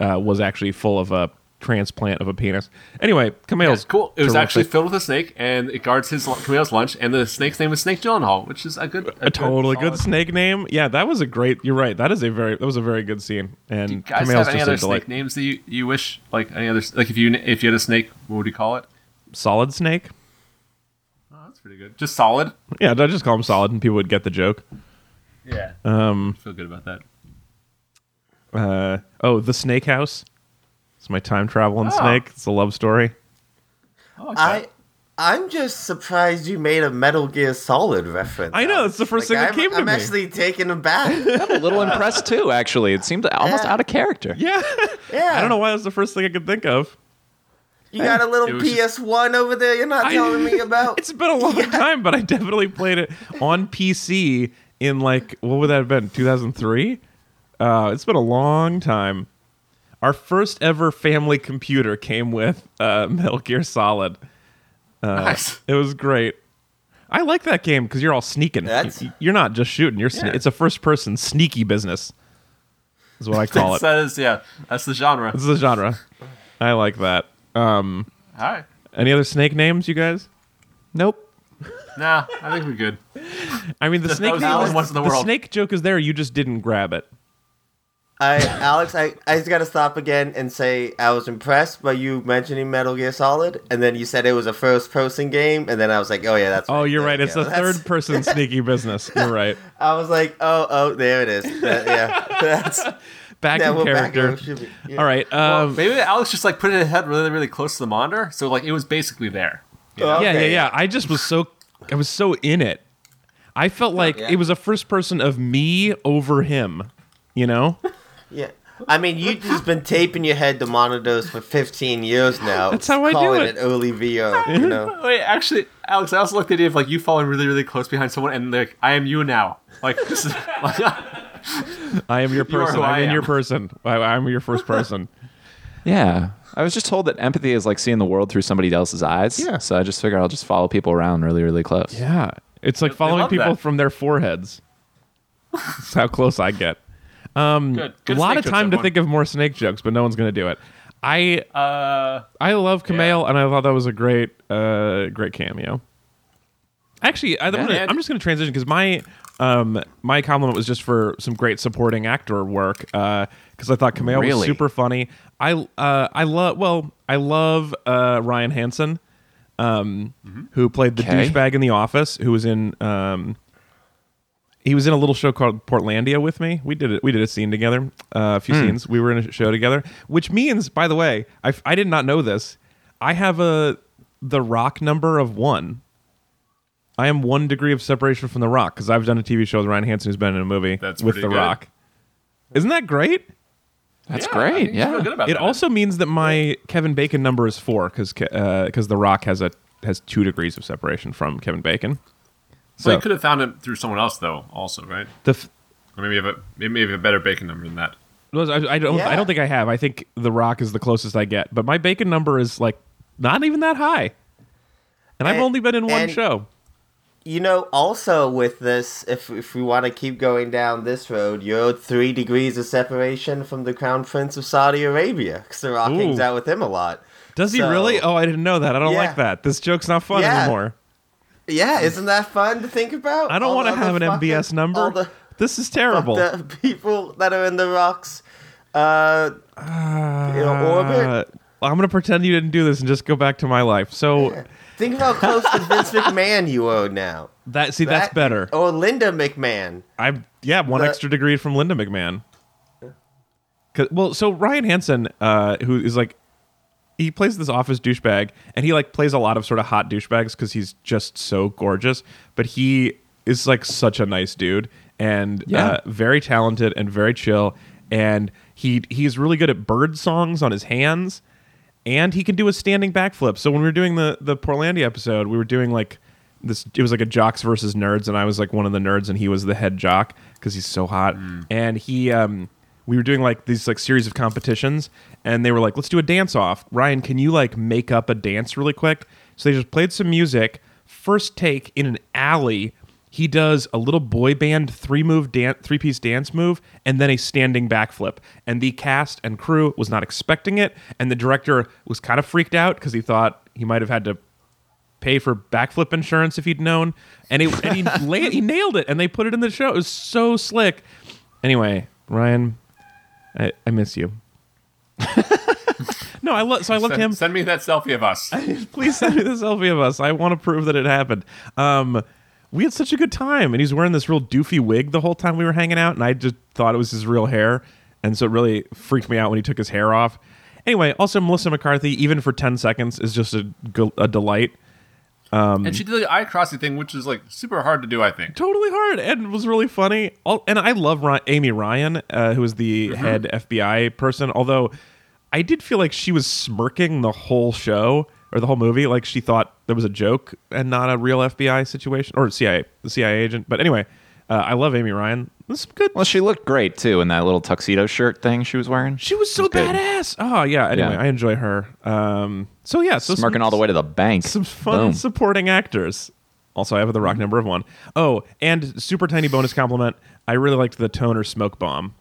[SPEAKER 1] uh, was actually full of a transplant of a penis. Anyway, Camille's
[SPEAKER 2] It's cool. It was
[SPEAKER 1] terrific.
[SPEAKER 2] actually filled with a snake, and it guards his lu- Camille's lunch. And the snake's name is Snake Gyllenhaal, which is a good,
[SPEAKER 1] a totally good
[SPEAKER 2] solid-
[SPEAKER 1] snake name. Yeah, that was a great. You're right. That is a very that was a very good scene. And
[SPEAKER 2] You guys
[SPEAKER 1] Camille's
[SPEAKER 2] have any
[SPEAKER 1] just
[SPEAKER 2] other
[SPEAKER 1] a delight.
[SPEAKER 2] snake names that you, you wish like any other like if you if you had a snake, what would you call it?
[SPEAKER 1] solid snake.
[SPEAKER 2] Oh, that's pretty good. Just solid.
[SPEAKER 1] Yeah, I just call him solid, and people would get the joke.
[SPEAKER 2] Yeah. Um. Feel good about that.
[SPEAKER 1] Uh, oh, the Snake House. It's my time traveling snake. It's a love story.
[SPEAKER 2] Oh, okay.
[SPEAKER 4] I I'm just surprised you made a Metal Gear Solid reference.
[SPEAKER 1] I know. It's the first thing that
[SPEAKER 4] I'm,
[SPEAKER 1] came to
[SPEAKER 4] I'm
[SPEAKER 1] me.
[SPEAKER 4] actually taken aback.
[SPEAKER 3] I'm a little impressed too. Actually, it seemed almost
[SPEAKER 4] Yeah.
[SPEAKER 3] out of character.
[SPEAKER 1] yeah.
[SPEAKER 4] Yeah.
[SPEAKER 1] I don't know why that's the first thing I could think of.
[SPEAKER 4] You got a
[SPEAKER 2] It
[SPEAKER 4] little
[SPEAKER 2] was just-
[SPEAKER 4] PS1 over there you're not
[SPEAKER 1] I-
[SPEAKER 4] telling me about?
[SPEAKER 1] It's been a long time, but I definitely played it on PC in like what would that have been? 2003. Uh, it's been a long time. Our first ever family computer came with uh, Metal Gear Solid. uh,
[SPEAKER 2] nice.
[SPEAKER 1] It was great. I like that game because you're all sneaking.
[SPEAKER 4] That's-
[SPEAKER 1] Y- You're not just shooting. You're sne-
[SPEAKER 2] Yeah.
[SPEAKER 1] it's a first person sneaky business. Is what I call it.
[SPEAKER 2] that is yeah. That's the genre.
[SPEAKER 1] This is the genre. I like that.
[SPEAKER 2] All right.
[SPEAKER 1] Any other snake names, you guys?
[SPEAKER 3] Nope.
[SPEAKER 2] Nah, I think we're good.
[SPEAKER 1] I mean, the
[SPEAKER 2] Just
[SPEAKER 1] snake
[SPEAKER 2] those
[SPEAKER 1] name
[SPEAKER 2] are the
[SPEAKER 1] is-
[SPEAKER 2] ones in the world.
[SPEAKER 1] snake joke is there. You just didn't grab it.
[SPEAKER 4] I, Alex, I, I just got to stop again and say I was impressed by you mentioning Metal Gear Solid, and then you said it was a first person game, and then I was like, oh, yeah, that's
[SPEAKER 1] Oh, you're
[SPEAKER 4] there
[SPEAKER 1] right.
[SPEAKER 4] we
[SPEAKER 1] It's
[SPEAKER 4] go.
[SPEAKER 1] the
[SPEAKER 4] That's-
[SPEAKER 1] third person sneaky business. You're right.
[SPEAKER 4] I was like, oh, oh, there it is. That- yeah. That's,
[SPEAKER 1] Back
[SPEAKER 4] yeah,
[SPEAKER 1] in
[SPEAKER 4] we're back.
[SPEAKER 1] character.
[SPEAKER 4] Oh, shoot, yeah.
[SPEAKER 1] All right. Um,
[SPEAKER 2] Maybe Alex just like put it head really, really close to the monitor, so like it was basically there.
[SPEAKER 4] Oh,
[SPEAKER 1] yeah,
[SPEAKER 4] okay.
[SPEAKER 1] yeah, yeah. I just was so I was so in it. I felt like
[SPEAKER 4] Yeah.
[SPEAKER 1] it was a first person of me over him. You know,
[SPEAKER 4] Yeah. I mean, you've just been taping your head to monitors for 15 years now.
[SPEAKER 1] That's how I do
[SPEAKER 4] calling
[SPEAKER 1] it.
[SPEAKER 4] it early VO, you
[SPEAKER 1] Oh.
[SPEAKER 4] know?
[SPEAKER 2] Uh, Wait, actually, Alex, I also like the idea of like you falling really, really close behind someone, and like I am you now. Like this is like,
[SPEAKER 1] I am your
[SPEAKER 2] You are
[SPEAKER 1] person.
[SPEAKER 2] who
[SPEAKER 1] I'm
[SPEAKER 2] I
[SPEAKER 1] in
[SPEAKER 2] am.
[SPEAKER 1] your person. I, I'm your first person.
[SPEAKER 3] Yeah. I was just told that empathy is like seeing the world through somebody else's eyes.
[SPEAKER 1] Yeah.
[SPEAKER 3] So I just figured I'll just follow people around really, really close.
[SPEAKER 1] Yeah. It's like following
[SPEAKER 2] love
[SPEAKER 1] people
[SPEAKER 2] that.
[SPEAKER 1] from their foreheads. That's how close I get.
[SPEAKER 2] Good.
[SPEAKER 1] Mm, A
[SPEAKER 2] Good
[SPEAKER 1] lot
[SPEAKER 2] snake
[SPEAKER 1] of
[SPEAKER 2] jokes,
[SPEAKER 1] time to
[SPEAKER 2] everyone.
[SPEAKER 1] think of more snake jokes, but no one's going to do it. I
[SPEAKER 2] Uh,
[SPEAKER 1] I love Camille, and I thought that was a great uh, great cameo. Actually, I, am gonna,
[SPEAKER 2] man.
[SPEAKER 1] I'm just going to transition because my um, my compliment was just for some great supporting actor work because I thought Camille was
[SPEAKER 3] Really?
[SPEAKER 1] super funny. I uh, I love well I love uh, Ryan Hansen, um, who played the
[SPEAKER 3] 'Kay.
[SPEAKER 1] douchebag in The Office, who was in um, he was in a little show called Portlandia with me. We did it. We did a scene together. Uh, a
[SPEAKER 2] Hmm.
[SPEAKER 1] few scenes. We were in a show together, which means, by the way, I, I did not know this. I have a the Rock number of one. I am one degree of separation from the Rock because I've done a TV show with Ryan Hansen, who's been in a movie
[SPEAKER 2] That's
[SPEAKER 1] with the
[SPEAKER 2] pretty good.
[SPEAKER 1] Rock. Isn't that great?
[SPEAKER 3] That's
[SPEAKER 2] yeah, I
[SPEAKER 3] great.
[SPEAKER 2] think you should
[SPEAKER 3] Yeah.
[SPEAKER 2] feel good about
[SPEAKER 1] It
[SPEAKER 2] that.
[SPEAKER 1] also means that my Kevin Bacon number is four because because the Rock has a has two degrees of separation from Kevin Bacon. So
[SPEAKER 2] So you could have found it through someone else, though. Also, right?
[SPEAKER 1] the f-
[SPEAKER 2] Or maybe you have a maybe you have a better bacon number than that.
[SPEAKER 1] Was- I, I don't. I
[SPEAKER 4] Yeah.
[SPEAKER 1] don't think I have. I think The Rock is the closest I get. But my bacon number is like not even that high, and I've
[SPEAKER 4] And-
[SPEAKER 1] only been in one
[SPEAKER 4] and-
[SPEAKER 1] show.
[SPEAKER 4] You know, also with this, if if we want to keep going down this road, you're three degrees of separation from the Crown Prince of Saudi Arabia because The Rock
[SPEAKER 1] Ooh.
[SPEAKER 4] hangs out with him a lot.
[SPEAKER 1] Does he
[SPEAKER 4] so-
[SPEAKER 1] really? Oh, I didn't know that. I don't
[SPEAKER 4] Yeah.
[SPEAKER 1] like that. This joke's not fun
[SPEAKER 4] Yeah.
[SPEAKER 1] anymore.
[SPEAKER 4] Yeah, isn't that fun to think about?
[SPEAKER 1] I don't
[SPEAKER 4] All
[SPEAKER 1] want to
[SPEAKER 4] the
[SPEAKER 1] have an
[SPEAKER 4] fucking-
[SPEAKER 1] MBS number.
[SPEAKER 4] All the,
[SPEAKER 1] this is terrible.
[SPEAKER 4] the people that are in The Rock's uh, you know, orbit.
[SPEAKER 1] Uh, I'm gonna pretend you didn't do this and just go back to my life. So
[SPEAKER 4] Think of how close to Vince McMahon you are now.
[SPEAKER 1] that see that's
[SPEAKER 4] That-
[SPEAKER 1] better.
[SPEAKER 4] Or Linda McMahon.
[SPEAKER 1] I'm yeah, one
[SPEAKER 4] The-
[SPEAKER 1] extra degree from Linda McMahon. 'Cause- well, so Ryan Hansen, uh, who is like, he plays this office douchebag, and he like plays a lot of sort of hot douchebags because he's just so gorgeous. But he is like such a nice dude, and
[SPEAKER 3] Yeah.
[SPEAKER 1] uh, very talented and very chill, and he he's really good at bird songs on his hands, and he can do a standing backflip. So when we were doing the the Portlandia episode, we were doing like this. It was like a jocks versus nerds, and I was like one of the nerds, and he was the head jock because he's so hot. And he, um, we were doing like these like series of competitions, and they were like, "Let's do a dance off." Ryan, can you like make up a dance really quick? So they just played some music. First take in an alley. He does a little boy band three move dance, three piece dance move, and then a standing backflip. And the cast and crew was not expecting it, and the director was kind of freaked out because he thought he might have had to pay for backflip insurance if he'd known. And he and he, la- he nailed it, and they put it in the show. It was so slick. Anyway, Ryan, I, I miss you. no, I love so I loved
[SPEAKER 2] Send,
[SPEAKER 1] him.
[SPEAKER 2] send me that selfie of us.
[SPEAKER 1] Please send me the selfie of us. I want to prove that it happened. Um, we had such a good time, and he's wearing this real doofy wig the whole time we were hanging out, and I just thought it was his real hair, and so it really freaked me out when he took his hair off. Anyway, also Melissa McCarthy, even for ten seconds, is just a, go- a delight.
[SPEAKER 2] and she did the eye crossing thing, which is like super hard to do. I think.
[SPEAKER 1] Totally hard, and was really funny. All, and I love Ry- Amy Ryan, uh, who is the
[SPEAKER 3] Mm-hmm.
[SPEAKER 1] head FBI person. Although I did feel like she was smirking the whole show or the whole movie, like she thought there was a joke and not a real FBI situation or CIA, the CIA agent. But anyway, uh, I love Amy Ryan. This is good.
[SPEAKER 3] Well, she looked great too in that little tuxedo shirt thing she was wearing.
[SPEAKER 1] She was so
[SPEAKER 3] good.
[SPEAKER 1] badass. Oh yeah. Anyway,
[SPEAKER 3] Yeah.
[SPEAKER 1] I enjoy her. Um, so yeah, so
[SPEAKER 3] Smirking all the way to the bank.
[SPEAKER 1] some fun
[SPEAKER 3] Boom.
[SPEAKER 1] supporting actors. Also, I have the rock number of one. Oh, and super tiny bonus compliment. I really liked the toner smoke bomb.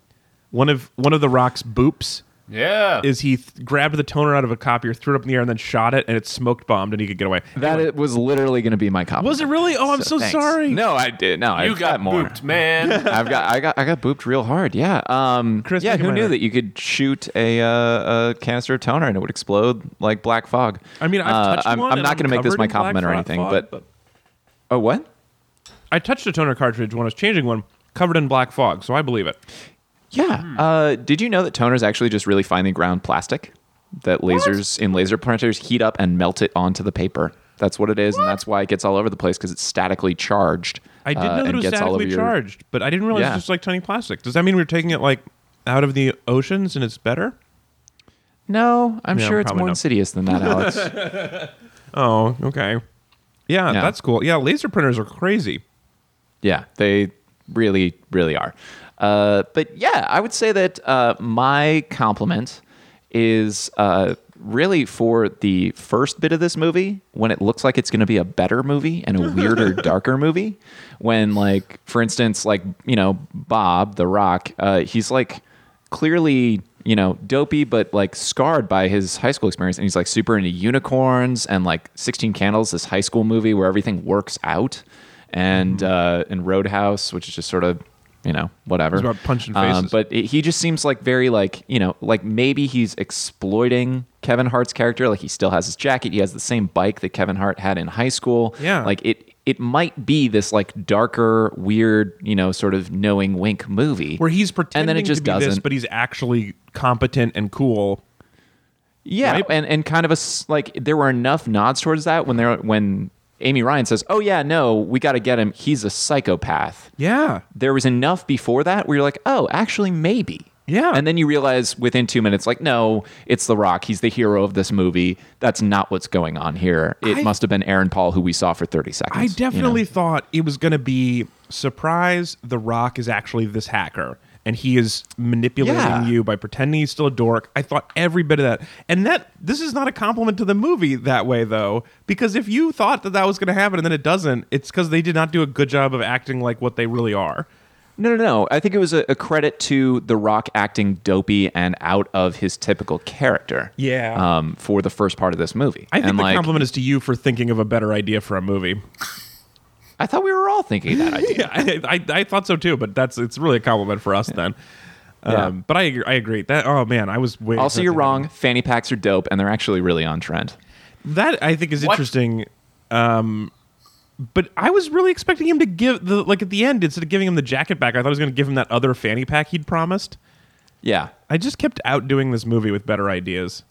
[SPEAKER 1] One of one of the rock's boops
[SPEAKER 2] Yeah.
[SPEAKER 1] is he th- grabbed the toner out of a copier, threw it up in the air, and then shot it, and it smoke bombed, and he could get away.
[SPEAKER 3] That it was literally going to be my compliment.
[SPEAKER 1] Was it really? Oh, I'm so,
[SPEAKER 3] thanks.
[SPEAKER 1] sorry.
[SPEAKER 3] No, I did. No,
[SPEAKER 2] you
[SPEAKER 3] I've
[SPEAKER 2] got
[SPEAKER 3] more.
[SPEAKER 2] booped, man.
[SPEAKER 3] I've got, I got, I got booped real hard. Yeah. Um.
[SPEAKER 1] Chris,
[SPEAKER 3] yeah.
[SPEAKER 1] make it
[SPEAKER 3] Who
[SPEAKER 1] minor.
[SPEAKER 3] knew that you could shoot a uh, a canister of toner and it would explode like black fog?
[SPEAKER 1] I mean, I've
[SPEAKER 3] Uh,
[SPEAKER 1] touched
[SPEAKER 3] I'm,
[SPEAKER 1] one.
[SPEAKER 3] I'm
[SPEAKER 1] and
[SPEAKER 3] not gonna make this
[SPEAKER 1] covered
[SPEAKER 3] my
[SPEAKER 1] in black
[SPEAKER 3] compliment or
[SPEAKER 1] fog-
[SPEAKER 3] anything,
[SPEAKER 1] fog,
[SPEAKER 3] but, oh, what?
[SPEAKER 1] I touched a toner cartridge when I was changing one, covered in black fog, so I believe it.
[SPEAKER 3] Yeah.
[SPEAKER 1] Hmm.
[SPEAKER 3] Uh, did you know that toner is actually just really finely ground plastic that lasers in laser printers heat up and melt it onto the paper? That's what it is, and that's why it gets all over the place because it's statically charged.
[SPEAKER 1] I did
[SPEAKER 3] uh,
[SPEAKER 1] know that it
[SPEAKER 3] and
[SPEAKER 1] was
[SPEAKER 3] gets all over
[SPEAKER 1] statically
[SPEAKER 3] your-
[SPEAKER 1] charged, but I didn't realize
[SPEAKER 3] Yeah.
[SPEAKER 1] it's just like tiny plastic. Does that mean we're taking it like out of the oceans and it's better?
[SPEAKER 3] No, I'm
[SPEAKER 1] Yeah,
[SPEAKER 3] sure it's
[SPEAKER 1] probably
[SPEAKER 3] more
[SPEAKER 1] not.
[SPEAKER 3] insidious than that, Alex.
[SPEAKER 1] Oh, okay. Yeah,
[SPEAKER 3] Yeah.
[SPEAKER 1] that's cool. Yeah, laser printers are crazy.
[SPEAKER 3] Yeah, they really, really are. Uh, but yeah, I would say that uh, my compliment is uh, really for the first bit of this movie when it looks like it's going to be a better movie and a weirder, darker movie. When, like, for instance, like, you know, Bob, The Rock, uh, he's like clearly you know, dopey, but like scarred by his high school experience. And he's like super into unicorns and like 16 Candles, this high school movie where everything works out, and
[SPEAKER 1] Mm-hmm.
[SPEAKER 3] uh, and Roadhouse, which is just sort of, you know, whatever.
[SPEAKER 1] It's about punching
[SPEAKER 3] Um,
[SPEAKER 1] faces.
[SPEAKER 3] but it, he just seems like very like you know like maybe he's exploiting Kevin Hart's character. Like he still has his jacket. He has the same bike that Kevin Hart had in high school.
[SPEAKER 1] Yeah.
[SPEAKER 3] Like it. It might be this like darker, weird, you know, sort of knowing wink movie
[SPEAKER 1] where he's pretending
[SPEAKER 3] and then it just
[SPEAKER 1] to be this,
[SPEAKER 3] doesn't.
[SPEAKER 1] but he's actually competent and cool.
[SPEAKER 3] Yeah,
[SPEAKER 1] Right?
[SPEAKER 3] and and kind of a s- like there were enough nods towards that when there when Amy Ryan says, "Oh yeah, no, we got to get him. He's a psychopath."
[SPEAKER 1] Yeah,
[SPEAKER 3] There was enough before that where you're like, "Oh, actually, maybe."
[SPEAKER 1] Yeah.
[SPEAKER 3] and then you realize within two minutes, like, no, it's The Rock. He's the hero of this movie. That's not what's going on here. It
[SPEAKER 1] I-
[SPEAKER 3] must have been Aaron Paul who we saw for thirty seconds.
[SPEAKER 1] I
[SPEAKER 3] you know?
[SPEAKER 1] definitely thought it was going to be surprise. The Rock is actually this hacker, and he is manipulating
[SPEAKER 3] Yeah.
[SPEAKER 1] you by pretending he's still a dork. I thought every bit of that, and that this is not a compliment to the movie that way though, because if you thought that that was going to happen and then it doesn't, it's because they did not do a good job of acting like what they really are.
[SPEAKER 3] No, no, no. I think it was a, a credit to The Rock acting dopey and out of his typical character.
[SPEAKER 1] Yeah.
[SPEAKER 3] Um, for the first part of this movie.
[SPEAKER 1] I think
[SPEAKER 3] and
[SPEAKER 1] the
[SPEAKER 3] like,
[SPEAKER 1] compliment is to you for thinking of a better idea for a movie.
[SPEAKER 3] I thought we were all thinking that idea.
[SPEAKER 1] yeah, I, I, I thought so too, but that's it's really a compliment for us then. Um,
[SPEAKER 3] Yeah.
[SPEAKER 1] But I agree, I agree that oh man, I was waiting.
[SPEAKER 3] Also,
[SPEAKER 1] for
[SPEAKER 3] you're
[SPEAKER 1] that to happen.
[SPEAKER 3] wrong. Fanny packs are dope, and they're actually really on trend.
[SPEAKER 1] That I think is
[SPEAKER 2] What?
[SPEAKER 1] interesting. Um, but I was really expecting him to give the like at the end instead of giving him the jacket back, I thought I was going to give him that other fanny pack he'd promised.
[SPEAKER 3] Yeah.
[SPEAKER 1] I just kept outdoing this movie with better ideas.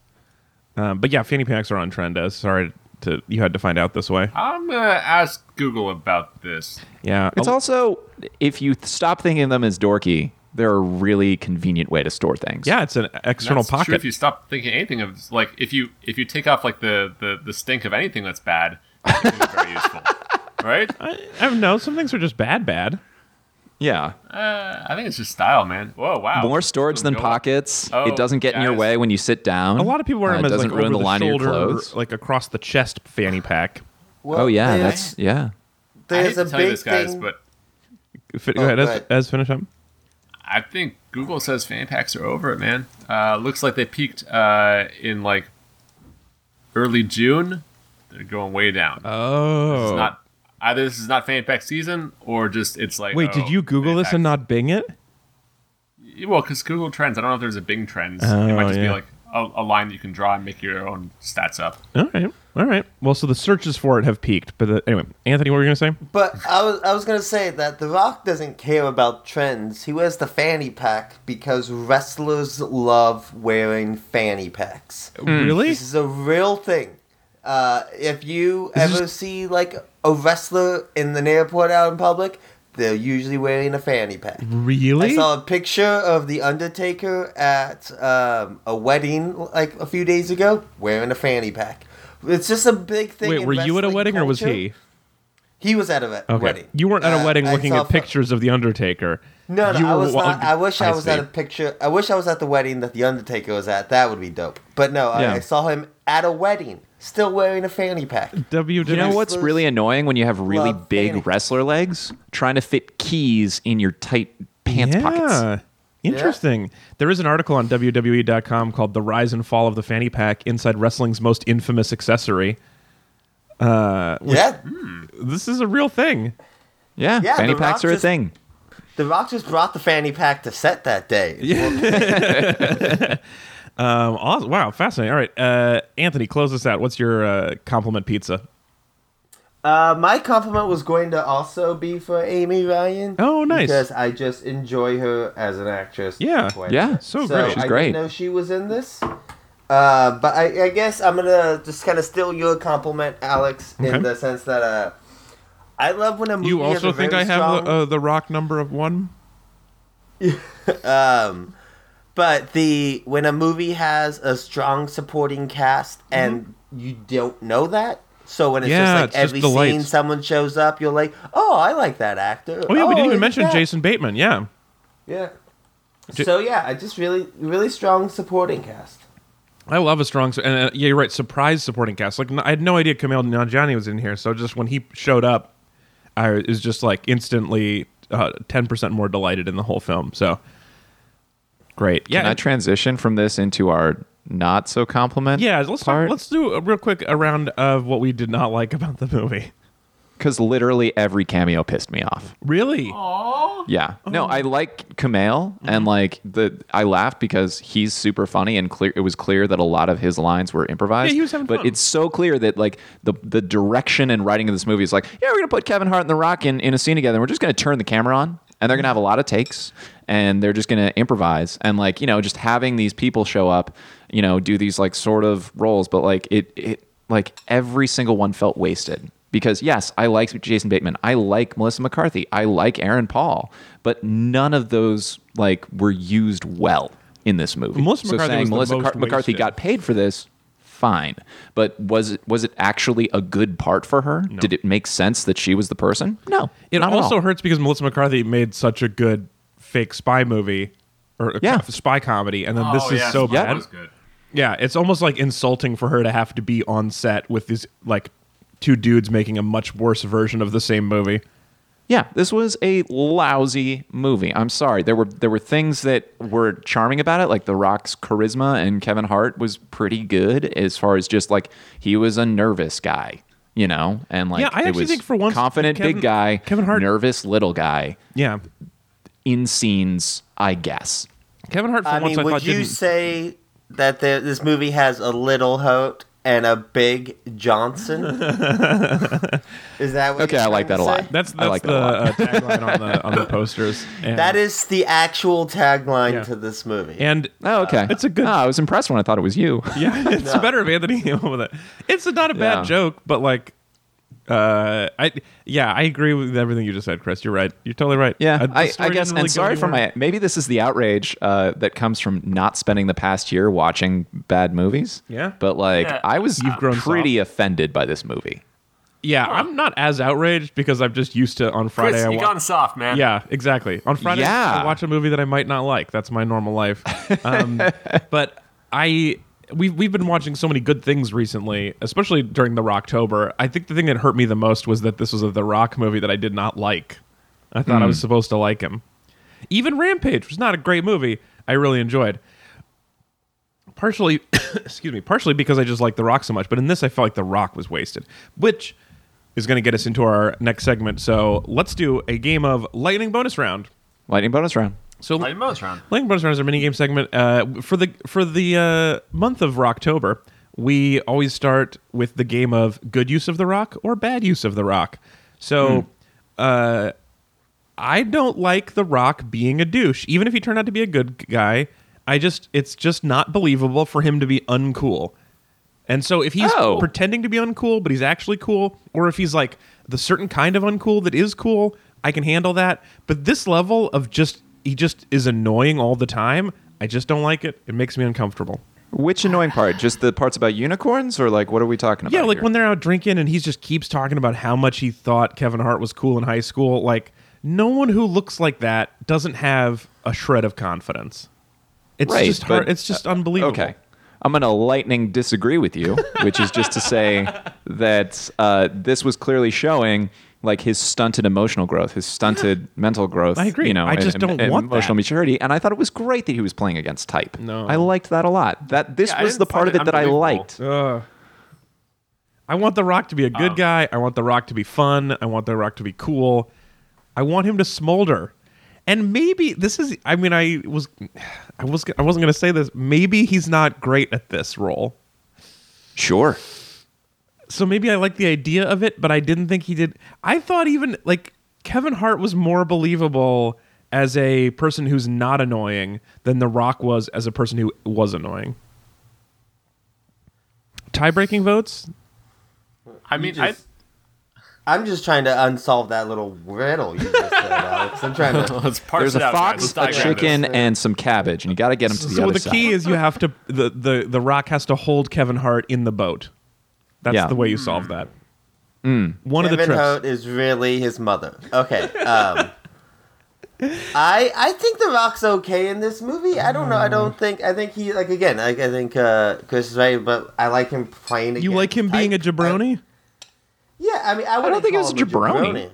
[SPEAKER 1] Um, but yeah, fanny packs are on trend. Uh, sorry to you had to find out this way.
[SPEAKER 2] I'm gonna ask Google about this.
[SPEAKER 1] Yeah,
[SPEAKER 3] It's
[SPEAKER 1] a-
[SPEAKER 3] also, if you th- stop thinking of them as dorky, they're a really convenient way to store things.
[SPEAKER 1] yeah, it's an external
[SPEAKER 2] that's
[SPEAKER 1] pocket.
[SPEAKER 2] True if you stop thinking anything of like if you if you take off like the the, the stink of anything that's bad, it can be very useful, right?
[SPEAKER 1] I, I don't know. Some things are just bad, bad.
[SPEAKER 3] Yeah.
[SPEAKER 2] Uh, I think it's just style, man. Whoa, wow.
[SPEAKER 1] Oh,
[SPEAKER 3] More storage than
[SPEAKER 2] Go-
[SPEAKER 3] pockets.
[SPEAKER 2] Oh,
[SPEAKER 3] it doesn't get in your
[SPEAKER 2] guys.
[SPEAKER 3] way when you sit down.
[SPEAKER 1] A lot of people wear
[SPEAKER 3] Uh,
[SPEAKER 1] them
[SPEAKER 3] it
[SPEAKER 1] as
[SPEAKER 3] doesn't
[SPEAKER 1] like
[SPEAKER 3] ruin
[SPEAKER 1] over
[SPEAKER 3] the,
[SPEAKER 1] the
[SPEAKER 3] line
[SPEAKER 1] shoulder,
[SPEAKER 3] of your clothes.
[SPEAKER 1] like across the chest fanny pack.
[SPEAKER 4] Well,
[SPEAKER 3] oh yeah,
[SPEAKER 4] there's-
[SPEAKER 3] that's yeah.
[SPEAKER 2] I hate
[SPEAKER 4] there's
[SPEAKER 2] to
[SPEAKER 4] a
[SPEAKER 2] tell you
[SPEAKER 4] big
[SPEAKER 2] this, guys,
[SPEAKER 4] thing.
[SPEAKER 2] but
[SPEAKER 1] Fi- go
[SPEAKER 4] Oh,
[SPEAKER 1] ahead,
[SPEAKER 4] go
[SPEAKER 1] Ez-
[SPEAKER 4] ahead.
[SPEAKER 1] Ez, finish up.
[SPEAKER 2] I think Google says fan packs are over it, man. Uh, looks like they peaked uh, in like early June. They're going way down.
[SPEAKER 1] Oh,
[SPEAKER 2] It's not either. This is not fan pack season, or just it's like.
[SPEAKER 1] Wait,
[SPEAKER 2] oh,
[SPEAKER 1] did you Google
[SPEAKER 2] fan
[SPEAKER 1] this and
[SPEAKER 2] packs.
[SPEAKER 1] not Bing it?
[SPEAKER 2] Well, because Google Trends, I don't know if there's a Bing Trends. it
[SPEAKER 1] Oh,
[SPEAKER 2] might just
[SPEAKER 1] yeah.
[SPEAKER 2] be like a, a line that you can draw and make your own stats up.
[SPEAKER 1] All right, all right. Well, so the searches for it have peaked, but the, anyway, Anthony, what were you gonna say?
[SPEAKER 4] But I was I was gonna say that The Rock doesn't care about trends. He wears the fanny pack because wrestlers love wearing fanny packs.
[SPEAKER 1] Really?
[SPEAKER 4] This is a real thing. Uh, if you
[SPEAKER 1] This
[SPEAKER 4] ever see like a wrestler in an airport out in public, they're usually wearing a fanny pack. I
[SPEAKER 1] Mm-hmm. Really?
[SPEAKER 4] saw a picture of the Undertaker at um, a wedding like a few days ago, wearing a fanny pack. It's just a big thing.
[SPEAKER 1] Wait,
[SPEAKER 4] in
[SPEAKER 1] were you at a
[SPEAKER 4] wrestling
[SPEAKER 1] wedding or was
[SPEAKER 4] culture.
[SPEAKER 1] he?
[SPEAKER 4] He was at a we-
[SPEAKER 1] Okay,
[SPEAKER 4] wedding.
[SPEAKER 1] you weren't at a
[SPEAKER 4] Uh,
[SPEAKER 1] wedding
[SPEAKER 4] I
[SPEAKER 1] looking
[SPEAKER 4] saw
[SPEAKER 1] at
[SPEAKER 4] pho-
[SPEAKER 1] pictures of the Undertaker.
[SPEAKER 4] No, no,
[SPEAKER 1] You
[SPEAKER 4] I
[SPEAKER 1] were
[SPEAKER 4] was
[SPEAKER 1] wa-
[SPEAKER 4] not. I wish I was at
[SPEAKER 1] see.
[SPEAKER 4] a picture. I wish I was at the wedding that the Undertaker was at. That would be dope. But no, I-
[SPEAKER 3] Yeah.
[SPEAKER 4] I, saw him at a wedding, still wearing a fanny pack.
[SPEAKER 1] WWE.
[SPEAKER 3] You know what's
[SPEAKER 4] Wrestlers
[SPEAKER 3] really annoying when you have really
[SPEAKER 4] love
[SPEAKER 3] big
[SPEAKER 4] fanny packs.
[SPEAKER 3] wrestler legs? Trying to fit keys in your tight pants
[SPEAKER 1] yeah.
[SPEAKER 3] pockets.
[SPEAKER 1] Interesting. There is an article on WWE.com called The Rise and Fall of the Fanny Pack Inside Wrestling's Most Infamous Accessory.
[SPEAKER 4] Yeah,
[SPEAKER 1] This is a real thing.
[SPEAKER 3] Yeah,
[SPEAKER 4] Yeah,
[SPEAKER 3] fanny
[SPEAKER 4] The
[SPEAKER 3] packs
[SPEAKER 4] Rock
[SPEAKER 3] are a
[SPEAKER 4] just-
[SPEAKER 3] thing.
[SPEAKER 4] The Rock just brought the fanny pack to set that day.
[SPEAKER 1] Um, awesome. Wow, fascinating. All right, uh, Anthony, close this out. What's your uh, compliment pizza?
[SPEAKER 4] Uh, my compliment was going to also be for Amy Ryan.
[SPEAKER 1] Oh, nice.
[SPEAKER 4] Because I just enjoy her as an actress.
[SPEAKER 1] Yeah.
[SPEAKER 4] quite a
[SPEAKER 3] Yeah,
[SPEAKER 4] bit.
[SPEAKER 1] so
[SPEAKER 4] so
[SPEAKER 1] great.
[SPEAKER 3] She's
[SPEAKER 4] I
[SPEAKER 3] great.
[SPEAKER 4] didn't know she was in this. Uh, but I, I guess I'm gonna just kind of steal your compliment, Alex,
[SPEAKER 1] Okay.
[SPEAKER 4] in the sense that uh, I love when a movie.
[SPEAKER 1] You
[SPEAKER 4] has
[SPEAKER 1] also
[SPEAKER 4] a
[SPEAKER 1] think
[SPEAKER 4] very
[SPEAKER 1] I have
[SPEAKER 4] strong-
[SPEAKER 1] the, uh, the rock number of one?
[SPEAKER 4] Um, but the when a movie has a strong supporting cast and you don't know that, so when it's
[SPEAKER 1] Mm-hmm. Yeah,
[SPEAKER 4] just
[SPEAKER 1] it's
[SPEAKER 4] like
[SPEAKER 1] just
[SPEAKER 4] every
[SPEAKER 1] the
[SPEAKER 4] scene
[SPEAKER 1] lights.
[SPEAKER 4] someone shows up, you're like, oh, I like that actor.
[SPEAKER 1] Oh, yeah, we didn't even
[SPEAKER 4] it's
[SPEAKER 1] mention
[SPEAKER 4] that."
[SPEAKER 1] Jason Bateman. Yeah.
[SPEAKER 4] Yeah.
[SPEAKER 1] J-
[SPEAKER 4] so yeah, I just really, really strong supporting cast.
[SPEAKER 1] I love a strong, and uh, yeah, you're right. Surprise supporting cast. Like n- I had no idea Kamel Nanjiani was in here, so just when he showed up, I was just like instantly uh, ten percent more delighted in the whole film. So great, yeah,
[SPEAKER 3] Can I
[SPEAKER 1] and-
[SPEAKER 3] transition from this into our not so compliment?
[SPEAKER 1] yeah. Let's talk,
[SPEAKER 3] part?
[SPEAKER 1] let's do a real quick a round of what we did not like about the movie.
[SPEAKER 3] Because literally every cameo pissed me off.
[SPEAKER 1] Really,
[SPEAKER 3] Yeah.
[SPEAKER 1] Oh.
[SPEAKER 3] No, I like Kamel
[SPEAKER 1] Mm-hmm.
[SPEAKER 3] and like the I laughed because he's super funny and clear it was clear that a lot of his lines were improvised.
[SPEAKER 1] Yeah, he was having
[SPEAKER 3] but
[SPEAKER 1] fun.
[SPEAKER 3] it's so clear that like the the direction and writing of this movie is like, yeah, we're gonna put Kevin Hart and The Rock in, in a scene together and we're just gonna turn the camera on and they're gonna have a lot of takes and they're just gonna improvise and like, you know, just having these people show up, you know, do these like sort of roles, but like it it like every single one felt wasted because yes, I like Jason Bateman, I like Melissa McCarthy, I like Aaron Paul, but none of those like were used well in this movie.
[SPEAKER 1] Melissa McCarthy
[SPEAKER 3] saying
[SPEAKER 1] was the
[SPEAKER 3] Melissa
[SPEAKER 1] most
[SPEAKER 3] Car- McCarthy
[SPEAKER 1] wasted.
[SPEAKER 3] got paid for this, fine, but was it was it actually a good part for her? Did it make sense that she was the person? No,
[SPEAKER 1] it
[SPEAKER 3] not at
[SPEAKER 1] also
[SPEAKER 3] all.
[SPEAKER 1] hurts because Melissa McCarthy made such a good fake spy movie or a
[SPEAKER 3] Yeah.
[SPEAKER 1] co- spy comedy, and then this
[SPEAKER 2] Oh,
[SPEAKER 1] is
[SPEAKER 2] yeah,
[SPEAKER 1] so
[SPEAKER 2] that
[SPEAKER 1] bad.
[SPEAKER 2] was good.
[SPEAKER 1] Yeah, it's almost like insulting for her to have to be on set with these like two dudes making a much worse version of the same movie.
[SPEAKER 3] Yeah, this was a lousy movie. I'm sorry. There were there were things that were charming about it, like The Rock's charisma and Kevin Hart was pretty good as far as just like he was a nervous guy, you know, and like
[SPEAKER 1] Yeah, I
[SPEAKER 3] it
[SPEAKER 1] actually
[SPEAKER 3] was
[SPEAKER 1] think for once
[SPEAKER 3] confident
[SPEAKER 1] Kevin-
[SPEAKER 3] big guy,
[SPEAKER 1] Kevin Hart-
[SPEAKER 3] nervous little guy
[SPEAKER 1] Yeah,
[SPEAKER 3] in scenes, I guess.
[SPEAKER 1] Kevin Hart. For
[SPEAKER 4] I
[SPEAKER 1] once,
[SPEAKER 4] mean,
[SPEAKER 1] I
[SPEAKER 4] would
[SPEAKER 1] thought
[SPEAKER 4] you
[SPEAKER 1] didn't-
[SPEAKER 4] say that the, this movie has a little Hote and a big Johnson? is that what
[SPEAKER 3] Okay,
[SPEAKER 4] you're
[SPEAKER 3] I like
[SPEAKER 4] trying
[SPEAKER 3] that a lot.
[SPEAKER 4] to say?
[SPEAKER 1] that's
[SPEAKER 3] I
[SPEAKER 1] that's
[SPEAKER 3] like that
[SPEAKER 1] the
[SPEAKER 3] a
[SPEAKER 1] uh, tagline on the on the posters. And,
[SPEAKER 4] That is the actual tagline
[SPEAKER 1] Yeah.
[SPEAKER 4] to this movie.
[SPEAKER 1] and
[SPEAKER 3] Oh, okay.
[SPEAKER 1] it's a good-
[SPEAKER 3] Ah, I was impressed when I thought it was you.
[SPEAKER 1] yeah, it's better if Anthony came up with it. It's not a bad
[SPEAKER 3] Yeah.
[SPEAKER 1] joke, but like. Uh, I yeah, I agree with everything you just said, Chris. You're right. You're totally right.
[SPEAKER 3] Yeah,
[SPEAKER 1] Uh, the
[SPEAKER 3] I, I
[SPEAKER 1] story
[SPEAKER 3] guess.
[SPEAKER 1] didn't
[SPEAKER 3] And
[SPEAKER 1] really go
[SPEAKER 3] sorry for
[SPEAKER 1] anywhere.
[SPEAKER 3] my. Maybe this is the outrage uh, that comes from not spending the past year watching bad movies.
[SPEAKER 1] Yeah.
[SPEAKER 3] But like,
[SPEAKER 2] Yeah.
[SPEAKER 3] I was
[SPEAKER 1] You've grown
[SPEAKER 3] pretty offended by this movie.
[SPEAKER 1] Yeah, I'm not as outraged because I'm just used to on Friday.
[SPEAKER 2] Chris,
[SPEAKER 1] I
[SPEAKER 2] you
[SPEAKER 1] wa-
[SPEAKER 2] gone soft, man.
[SPEAKER 1] Yeah, exactly. On Friday,
[SPEAKER 3] Yeah.
[SPEAKER 1] I watch a movie that I might not like. That's my normal life. Um, but I we've we've been watching so many good things recently, especially during the Rocktober. I think the thing that hurt me the most was that this was a The Rock movie that I did not like. I thought I was supposed to like him. Even Rampage was not a great movie. I really enjoyed. Partially, excuse me, partially because I just like The Rock so much, but in this I felt like The Rock was wasted, which is going to get us into our next segment. So let's do a game of lightning bonus round.
[SPEAKER 3] Lightning bonus round.
[SPEAKER 1] So
[SPEAKER 2] Lightning bonus round.
[SPEAKER 1] Lightning Bonus Round is our mini game segment. Uh, for the for the uh, month of Rocktober, we always start with the game of good use of the rock or bad use of the rock. So, uh, I don't like the rock being a douche, even if he turned out to be a good guy. I just it's just not believable for him to be uncool. And so if he's
[SPEAKER 3] Oh.
[SPEAKER 1] pretending to be uncool, but he's actually cool, or if he's like the certain kind of uncool that is cool, I can handle that. But this level of just he just is annoying all the time, I just don't like it. It makes me uncomfortable.
[SPEAKER 3] Which annoying part? Just the parts about unicorns, or like, what are we talking about?
[SPEAKER 1] Yeah, like
[SPEAKER 3] here?
[SPEAKER 1] when they're out drinking and he just keeps talking about how much he thought Kevin Hart was cool in high school. Like no one who looks like that doesn't have a shred of confidence. It's
[SPEAKER 3] Right,
[SPEAKER 1] just hard.
[SPEAKER 3] but- uh,
[SPEAKER 1] It's just unbelievable.
[SPEAKER 3] Okay. I'm going to lightning disagree with you, which is just to say that uh, this was clearly showing like his stunted emotional growth, his stunted mental growth.
[SPEAKER 1] I agree.
[SPEAKER 3] You know,
[SPEAKER 1] I just
[SPEAKER 3] and-
[SPEAKER 1] don't
[SPEAKER 3] and
[SPEAKER 1] want
[SPEAKER 3] emotional
[SPEAKER 1] that.
[SPEAKER 3] maturity. And I thought it was great that he was playing against type.
[SPEAKER 1] No.
[SPEAKER 3] I liked that a lot. That this
[SPEAKER 2] Yeah, I
[SPEAKER 3] was
[SPEAKER 2] didn't
[SPEAKER 3] the part of
[SPEAKER 2] find
[SPEAKER 3] it
[SPEAKER 2] it
[SPEAKER 3] that I
[SPEAKER 2] unbelievable.
[SPEAKER 3] liked.
[SPEAKER 1] I want The Rock to be a good
[SPEAKER 3] Oh.
[SPEAKER 2] Um,
[SPEAKER 1] guy. I want The Rock to be fun. I want The Rock to be cool. I want him to smolder. And maybe this is I mean I was I was I wasn't going to say this. Maybe he's not great at this role.
[SPEAKER 3] Sure.
[SPEAKER 1] So maybe I like the idea of it, but I didn't think he did. I thought even like Kevin Hart was more believable as a person who's not annoying than The Rock was as a person who was annoying. Tie breaking votes?
[SPEAKER 2] I mean,
[SPEAKER 4] just- I'm just trying to unsolve that little riddle you just said, Alex. I'm trying
[SPEAKER 2] I,
[SPEAKER 4] to.
[SPEAKER 2] let's parse
[SPEAKER 3] There's
[SPEAKER 2] it
[SPEAKER 3] a
[SPEAKER 2] out, guys.
[SPEAKER 3] fox,
[SPEAKER 2] Let's
[SPEAKER 3] a
[SPEAKER 2] diagram this.
[SPEAKER 3] chicken, and some cabbage, and you got to get them to the
[SPEAKER 1] so
[SPEAKER 3] other
[SPEAKER 1] the
[SPEAKER 3] side.
[SPEAKER 1] key is you have to the, the the rock has to hold kevin hart in the boat that's
[SPEAKER 3] Yeah. Mm.
[SPEAKER 1] the way you solve that one of the
[SPEAKER 4] Kevin
[SPEAKER 1] tricks
[SPEAKER 4] Hote is really his mother. Okay. Um, I I think The Rock's okay in this movie. I don't know. I don't think. I think he like again. Like I think uh, Chris is right, but I like him playing.
[SPEAKER 1] You like him being a
[SPEAKER 4] a
[SPEAKER 1] jabroni?
[SPEAKER 4] yeah. I mean, I, wouldn't
[SPEAKER 3] think it
[SPEAKER 4] call
[SPEAKER 3] was
[SPEAKER 4] him
[SPEAKER 3] a jabroni.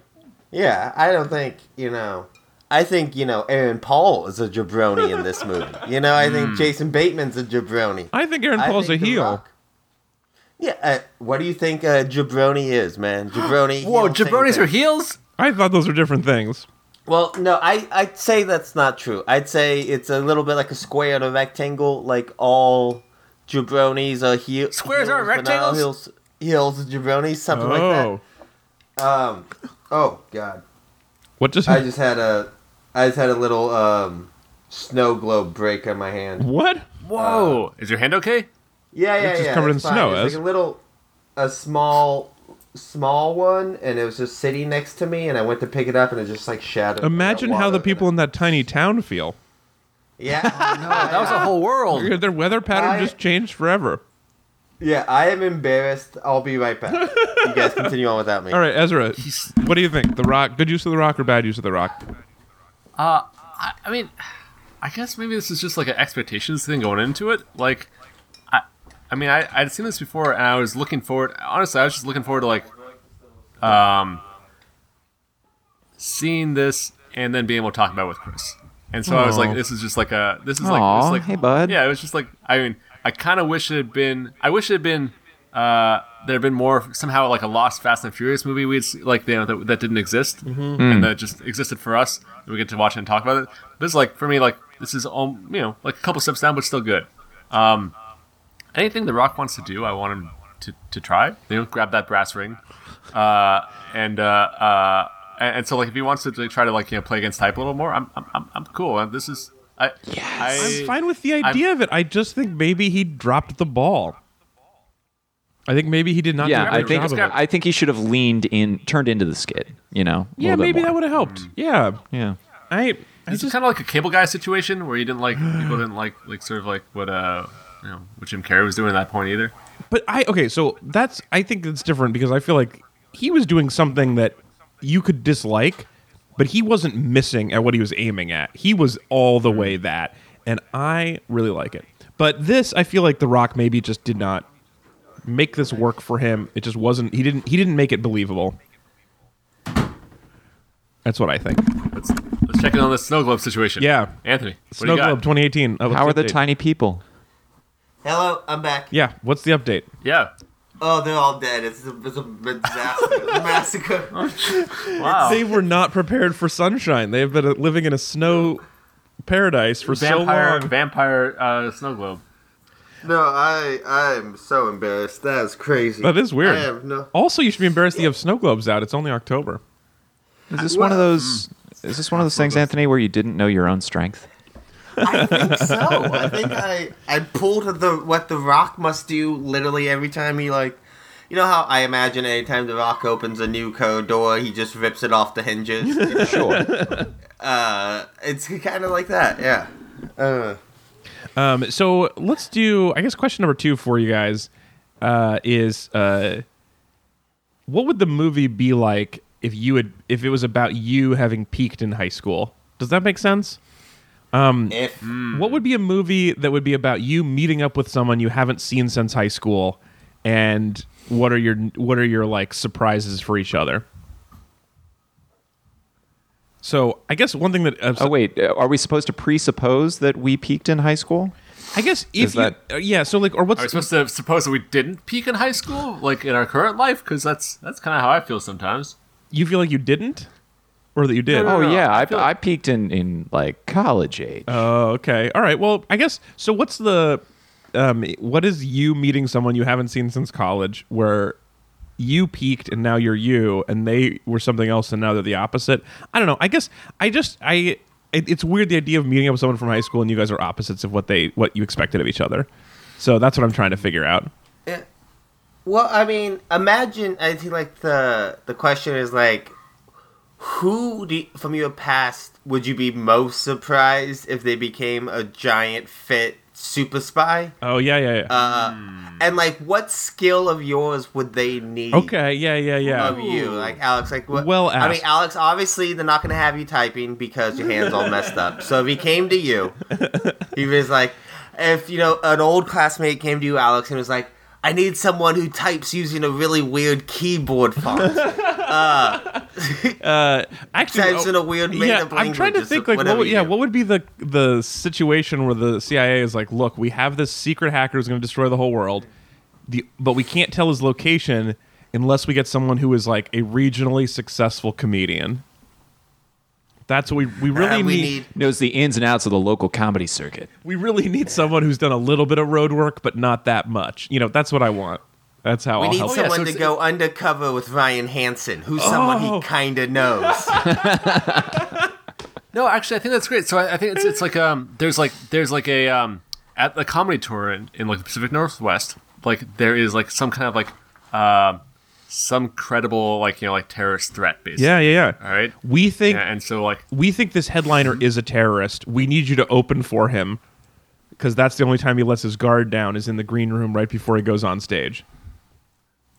[SPEAKER 4] Yeah, I don't think you know. I think you know Aaron Paul is a jabroni in this movie. You know, I think Jason Bateman's a jabroni.
[SPEAKER 1] I think Hmm. Aaron
[SPEAKER 4] I
[SPEAKER 1] Paul's
[SPEAKER 4] think
[SPEAKER 1] a
[SPEAKER 4] The
[SPEAKER 1] heel.
[SPEAKER 4] Rock- Yeah, uh, what do you think uh, jabroni is, man? Jabroni.
[SPEAKER 2] Whoa,
[SPEAKER 4] heel, same
[SPEAKER 2] jabronis
[SPEAKER 4] thing.
[SPEAKER 2] are heels?
[SPEAKER 1] I thought those were different things.
[SPEAKER 4] Well, no, I I'd say that's not true. I'd say it's a little bit like a square and a rectangle, like all jabronis are heel.
[SPEAKER 2] Squares aren't
[SPEAKER 4] heels, but not all
[SPEAKER 2] rectangles?
[SPEAKER 4] Heels, heels, are jabronis, something
[SPEAKER 1] oh,
[SPEAKER 4] like that. Um, oh God,
[SPEAKER 1] what just
[SPEAKER 4] I
[SPEAKER 1] happened?
[SPEAKER 4] just had a, I just had a little um, snow globe break on my hand.
[SPEAKER 1] What?
[SPEAKER 2] Whoa. is your hand okay?
[SPEAKER 4] Yeah, yeah,
[SPEAKER 1] just
[SPEAKER 4] yeah.
[SPEAKER 1] covered in
[SPEAKER 4] it's fine.
[SPEAKER 1] snow, Ez.
[SPEAKER 4] It's like a little, a small, small one, and it was just sitting next to me, and I went to pick it up, and it just like shattered.
[SPEAKER 1] Imagine how the people in that tiny town feel.
[SPEAKER 4] Yeah.
[SPEAKER 2] No, that was a whole world.
[SPEAKER 1] Their weather pattern
[SPEAKER 4] I-
[SPEAKER 1] just changed forever.
[SPEAKER 4] Yeah, I am embarrassed. I'll be right back. you guys continue on without me.
[SPEAKER 1] All right, Ezra, what do you think? The Rock, good use of the Rock or bad use of the Rock?
[SPEAKER 2] I, I mean, I guess maybe this is just like an expectations thing going into it. Like, I, I mean, I, I'd seen this before, and I was looking forward. Honestly, I was just looking forward to like, um, seeing this and then being able to talk about it with Chris. And so I was
[SPEAKER 1] Aw.
[SPEAKER 2] like, this is just like a, this is like,
[SPEAKER 3] Aw,
[SPEAKER 2] this is like
[SPEAKER 3] hey, bud.
[SPEAKER 2] Yeah, it was just like, I mean, I kind of wish it had been. I wish it had been. Uh, there had been more somehow like a lost Fast and Furious movie we'd see, like you know, that, that didn't exist
[SPEAKER 3] Hmm.
[SPEAKER 2] and that just existed for us and we get to watch it and talk about it. This is like for me like this is um, you know like a couple steps down but still good. Um, anything The Rock wants to do, I want him to, to try. You know, grab that brass ring, uh, and uh, uh, and, and so like if he wants to like, try to like you know play against type a little more, I'm I'm I'm, I'm cool. Uh, This is I
[SPEAKER 1] I'm
[SPEAKER 2] yes.
[SPEAKER 1] fine with the idea of it. I just think maybe he dropped the ball. I think maybe he did not.
[SPEAKER 3] yeah,
[SPEAKER 1] do a
[SPEAKER 3] I
[SPEAKER 1] good
[SPEAKER 3] think
[SPEAKER 1] job of it.
[SPEAKER 3] I think he should have leaned in, turned into the skit. You know, a
[SPEAKER 1] yeah,
[SPEAKER 3] little bit
[SPEAKER 1] maybe
[SPEAKER 3] more.
[SPEAKER 1] that would have helped. Yeah,
[SPEAKER 3] Yeah,
[SPEAKER 1] I, I
[SPEAKER 2] It's
[SPEAKER 1] just
[SPEAKER 2] kind of like a cable guy situation where you didn't like people didn't like like sort of like what uh you know what Jim Carrey was doing at that point either.
[SPEAKER 1] But I okay, so that's I think that's different because I feel like he was doing something that you could dislike, but he wasn't missing at what he was aiming at. He was all the way that, and I really like it. But this, I feel like The Rock maybe just did not make this work for him. It just wasn't. He didn't. He didn't make it believable. That's what I think.
[SPEAKER 2] Let's let's check in on the snow globe situation.
[SPEAKER 1] Yeah.
[SPEAKER 2] Anthony, what do
[SPEAKER 1] Snow
[SPEAKER 2] you got?
[SPEAKER 1] Globe 2018. Uh, what's
[SPEAKER 3] how are the
[SPEAKER 1] update?
[SPEAKER 3] tiny people?
[SPEAKER 4] Hello, I'm back.
[SPEAKER 1] Yeah, what's the update?
[SPEAKER 2] Yeah.
[SPEAKER 4] Oh, they're all dead. It's a, it's a disaster. massacre.
[SPEAKER 2] Wow.
[SPEAKER 1] They were not prepared for sunshine. They've been uh, living in a snow paradise for so
[SPEAKER 2] vampire
[SPEAKER 1] long.
[SPEAKER 2] vampire uh, snow globe.
[SPEAKER 4] No, I I'm so embarrassed. That is crazy.
[SPEAKER 1] That is weird.
[SPEAKER 4] I have no.
[SPEAKER 1] Also, you should be embarrassed that you have snow globes out. It's only October.
[SPEAKER 2] Uh,
[SPEAKER 3] Is this one of those?
[SPEAKER 2] mm.
[SPEAKER 3] Is this one of those things, Anthony, where you didn't know your own strength?
[SPEAKER 4] I think so. I think I I pulled the what the Rock must do literally every time he like. You know how I imagine anytime The Rock opens a new code door, he just rips it off the hinges.
[SPEAKER 3] Sure.
[SPEAKER 4] uh, it's kind of like that, yeah. Uh,
[SPEAKER 1] Um, so let's do. I guess question number two for you guys uh, is uh, what would the movie be like if you had if it was about you having peaked in high school? Does that make sense? Hmm.
[SPEAKER 4] if
[SPEAKER 1] What would be a movie that would be about you meeting up with someone you haven't seen since high school, and what are your what are your like surprises for each other? So I guess one thing that
[SPEAKER 3] oh wait, uh, are we supposed to presuppose that we peaked in high school?
[SPEAKER 1] I guess if
[SPEAKER 3] Is
[SPEAKER 1] you,
[SPEAKER 3] that-
[SPEAKER 1] uh, yeah, so like or
[SPEAKER 2] Are we
[SPEAKER 1] what's
[SPEAKER 2] supposed to suppose that we didn't peak in high school, like in our current life? Because that's that's kind of how I feel sometimes.
[SPEAKER 1] you feel like you didn't or that you did?
[SPEAKER 2] No,
[SPEAKER 3] Oh
[SPEAKER 2] no, no,
[SPEAKER 3] yeah,
[SPEAKER 2] I
[SPEAKER 3] I,
[SPEAKER 2] feel- Uh,
[SPEAKER 3] I, peaked in in like college age.
[SPEAKER 1] Oh, okay. All right. Well, I guess so what's the um what is you meeting someone you haven't seen since college where you peaked and now you're you and they were something else and now they're the opposite? I don't know. I guess I just I it, it's weird the idea of meeting up with someone from high school and you guys are opposites of what they what you expected of each other. So that's what I'm trying to figure out.
[SPEAKER 4] Yeah. Eh, Well, I mean, imagine. I think like the the question is like, who do you- from your past would you be most surprised if they became a giant fit Super Spy.
[SPEAKER 1] Oh yeah, yeah, yeah.
[SPEAKER 4] Uh, And like, what skill of yours would they need?
[SPEAKER 1] okay, yeah, yeah, yeah.
[SPEAKER 4] Of you, like Alex, like what?
[SPEAKER 1] Well
[SPEAKER 4] I mean,
[SPEAKER 1] asked.
[SPEAKER 4] Alex. Obviously, they're not gonna have you typing because your hands all messed up. So if he came to you, he was like, if you know, an old classmate came to you, Alex, and was like, "I need someone who types using a really weird keyboard font."
[SPEAKER 1] Uh, actually,
[SPEAKER 4] Types
[SPEAKER 1] oh,
[SPEAKER 4] in a weird
[SPEAKER 1] yeah,
[SPEAKER 4] made-up
[SPEAKER 1] I'm trying to think
[SPEAKER 4] language, just
[SPEAKER 1] like what
[SPEAKER 4] whatever
[SPEAKER 1] would,
[SPEAKER 4] you
[SPEAKER 1] yeah,
[SPEAKER 4] do.
[SPEAKER 1] what would be the the situation where the CIA is like, look, we have this secret hacker who's going to destroy the whole world, the but we can't tell his location unless we get someone who is like a regionally successful comedian. That's what we we really
[SPEAKER 4] And Uh, we
[SPEAKER 1] need,
[SPEAKER 4] need
[SPEAKER 3] Knows the ins and outs of the local comedy circuit.
[SPEAKER 1] We really need someone who's done a little bit of road work, but not that much. You know, that's what I want. That's how
[SPEAKER 4] we
[SPEAKER 1] I'll
[SPEAKER 4] need
[SPEAKER 1] help.
[SPEAKER 2] yeah,
[SPEAKER 4] someone
[SPEAKER 2] so
[SPEAKER 4] to
[SPEAKER 2] it's-
[SPEAKER 4] go undercover with Ryan Hansen, who's someone
[SPEAKER 1] Oh.
[SPEAKER 4] he kind of knows.
[SPEAKER 2] No, actually, I think that's great. So I, I think it's it's like um, there's like there's like a um, at the comedy tour in, in like the Pacific Northwest, like there is like some kind of like um, some credible like you know like terrorist threat, basically.
[SPEAKER 1] Yeah, yeah, yeah.
[SPEAKER 2] All right.
[SPEAKER 1] We think
[SPEAKER 2] Yeah, and so like
[SPEAKER 1] we think this headliner is a terrorist. We need you to open for him because that's the only time he lets his guard down is in the green room right before he goes on stage.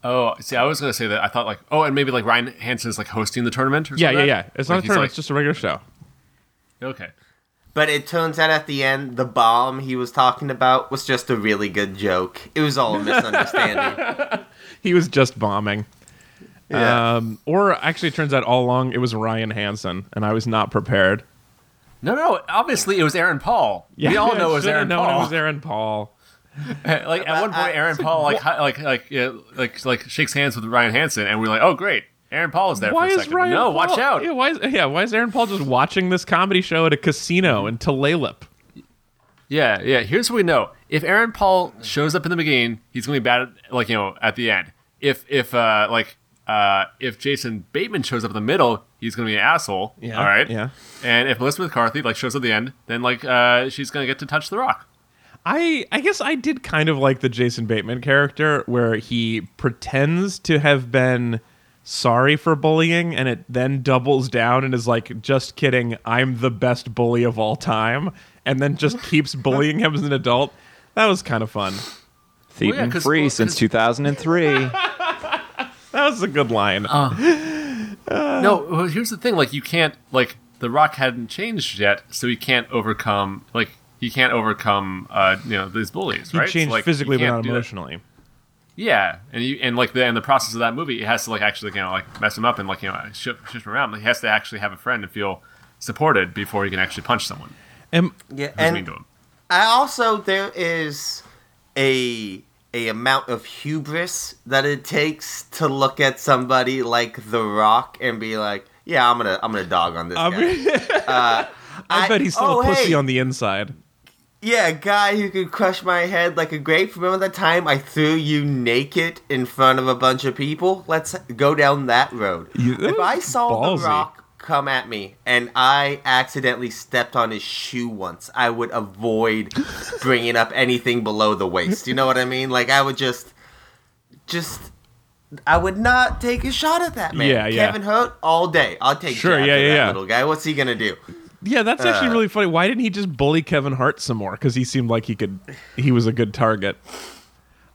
[SPEAKER 2] oh, see, I was gonna say that I thought like oh, and maybe like Ryan Hansen's like hosting the tournament. or
[SPEAKER 1] Yeah,
[SPEAKER 2] something
[SPEAKER 1] yeah,
[SPEAKER 2] like
[SPEAKER 1] yeah.
[SPEAKER 2] that?
[SPEAKER 1] It's
[SPEAKER 2] Like,
[SPEAKER 1] not a
[SPEAKER 2] he's,
[SPEAKER 1] tournament.
[SPEAKER 2] like-
[SPEAKER 1] it's just a regular show.
[SPEAKER 2] okay.
[SPEAKER 4] But it turns out at the end, the bomb he was talking about was just a really good joke. It was all a misunderstanding.
[SPEAKER 1] He was just bombing.
[SPEAKER 4] Yeah.
[SPEAKER 1] Um, or actually, it turns out all along it was Ryan Hansen, and I was not prepared.
[SPEAKER 2] No, no. Obviously, it was Aaron Paul. we all know it was
[SPEAKER 1] should've
[SPEAKER 2] Aaron
[SPEAKER 1] known
[SPEAKER 2] Paul.
[SPEAKER 1] It was Aaron Paul.
[SPEAKER 2] like at one point, Aaron Paul like hi- like like yeah, like like shakes hands with Ryan Hansen, and we're like, oh great, Aaron Paul is there.
[SPEAKER 1] Why
[SPEAKER 2] for a
[SPEAKER 1] is
[SPEAKER 2] second.
[SPEAKER 1] Ryan?
[SPEAKER 2] No,
[SPEAKER 1] Paul-
[SPEAKER 2] watch out.
[SPEAKER 1] Yeah, why is yeah? Why is Aaron Paul just watching this comedy show at a casino in Tulalip?
[SPEAKER 2] Yeah, yeah. Here's what we know: if Aaron Paul shows up in the beginning, he's gonna be bad. At, like you know, at the end. If if uh like uh if Jason Bateman shows up in the middle, he's gonna be an asshole.
[SPEAKER 1] Yeah,
[SPEAKER 2] All right.
[SPEAKER 1] yeah.
[SPEAKER 2] And if Melissa McCarthy like shows up at the end, then like uh she's gonna get to touch the rock.
[SPEAKER 1] I I guess I did kind of like the Jason Bateman character where he pretends to have been sorry for bullying and it then doubles down and is like just kidding I'm the best bully of all time and then just keeps bullying him as an adult. That was kind of fun.
[SPEAKER 3] Thieving
[SPEAKER 2] yeah, 'cause-
[SPEAKER 3] free
[SPEAKER 2] well,
[SPEAKER 3] since
[SPEAKER 2] 'cause-
[SPEAKER 3] 2003.
[SPEAKER 1] That was a good line.
[SPEAKER 2] Uh, No, well, here's the thing: like you can't like the Rock hadn't changed yet, so he can't overcome like he can't overcome uh you know these bullies.
[SPEAKER 1] he
[SPEAKER 2] right? So,
[SPEAKER 1] changed
[SPEAKER 2] like,
[SPEAKER 1] physically
[SPEAKER 2] you
[SPEAKER 1] but
[SPEAKER 2] can't
[SPEAKER 1] not
[SPEAKER 2] do that.
[SPEAKER 1] emotionally.
[SPEAKER 2] Yeah, and you and like the and the process of that movie, it has to like actually you know like mess him up and like you know shift, shift him around. Like, he has to actually have a friend and feel supported before he can actually punch someone
[SPEAKER 1] Am-
[SPEAKER 4] yeah,
[SPEAKER 2] who's mean
[SPEAKER 4] and
[SPEAKER 2] to him.
[SPEAKER 4] I also there is a a amount of hubris that it takes to look at somebody like The Rock and be like, "Yeah, I'm gonna I'm gonna dog on this
[SPEAKER 1] I,
[SPEAKER 4] guy."
[SPEAKER 1] mean, um, I bet he's still
[SPEAKER 4] oh,
[SPEAKER 1] a pussy
[SPEAKER 4] hey.
[SPEAKER 1] on the inside.
[SPEAKER 4] Yeah, a guy who could crush my head like a grape. Remember that time I threw you naked in front of a bunch of people? Let's go down that road.
[SPEAKER 1] You- that
[SPEAKER 4] if I
[SPEAKER 1] was
[SPEAKER 4] saw
[SPEAKER 1] ballsy.
[SPEAKER 4] The Rock come at me and I accidentally stepped on his shoe once, I would avoid bringing up anything below the waist. You know what I mean? Like, I would just. Just. I would not take a shot at that man.
[SPEAKER 1] Yeah, yeah.
[SPEAKER 4] Kevin Hurt all day. I'll take
[SPEAKER 1] Sure,
[SPEAKER 4] jabs
[SPEAKER 1] yeah,
[SPEAKER 4] at
[SPEAKER 1] yeah,
[SPEAKER 4] that
[SPEAKER 1] yeah.
[SPEAKER 4] little guy. What's he gonna do?
[SPEAKER 1] Yeah, that's actually
[SPEAKER 4] Uh,
[SPEAKER 1] really funny. Why didn't he just bully Kevin Hart some more? Because he seemed like he could, he was a good target.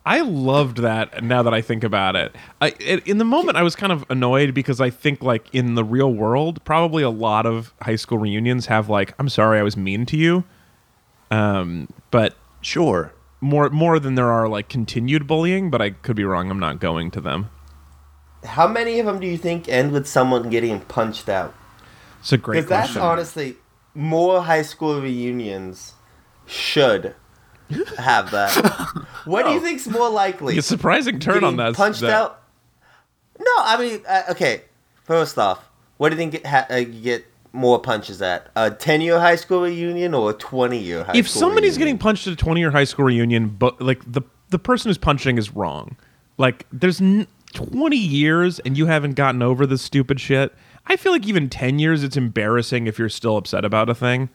[SPEAKER 1] I loved that. Now that I think about it, I, it in the moment I was kind of annoyed because I think like in the real world, probably a lot of high school reunions have like, "I'm sorry, I was mean to you," um, but
[SPEAKER 3] sure.
[SPEAKER 1] more more than there are like continued bullying. But I could be wrong. I'm not going to them.
[SPEAKER 4] How many of them do you think end with someone getting punched out?
[SPEAKER 1] It's a great
[SPEAKER 4] Because that's
[SPEAKER 1] question.
[SPEAKER 4] honestly more high school reunions should have that. what
[SPEAKER 1] Oh.
[SPEAKER 4] do you think's more likely?
[SPEAKER 1] It's a surprising turn on
[SPEAKER 4] Getting
[SPEAKER 1] that.
[SPEAKER 4] punched
[SPEAKER 1] that-
[SPEAKER 4] out. No, I mean, uh, okay. First off, what do you think it ha- uh, you get more punches at? A ten-year high school reunion or a twenty-year high
[SPEAKER 1] if
[SPEAKER 4] school?
[SPEAKER 1] somebody's getting
[SPEAKER 4] reunion?
[SPEAKER 1] punched at a 20 year high school reunion but like the the person who's punching is wrong like there's n- 20 years and you haven't gotten over this stupid shit i feel like even 10 years it's embarrassing if you're still upset about a thing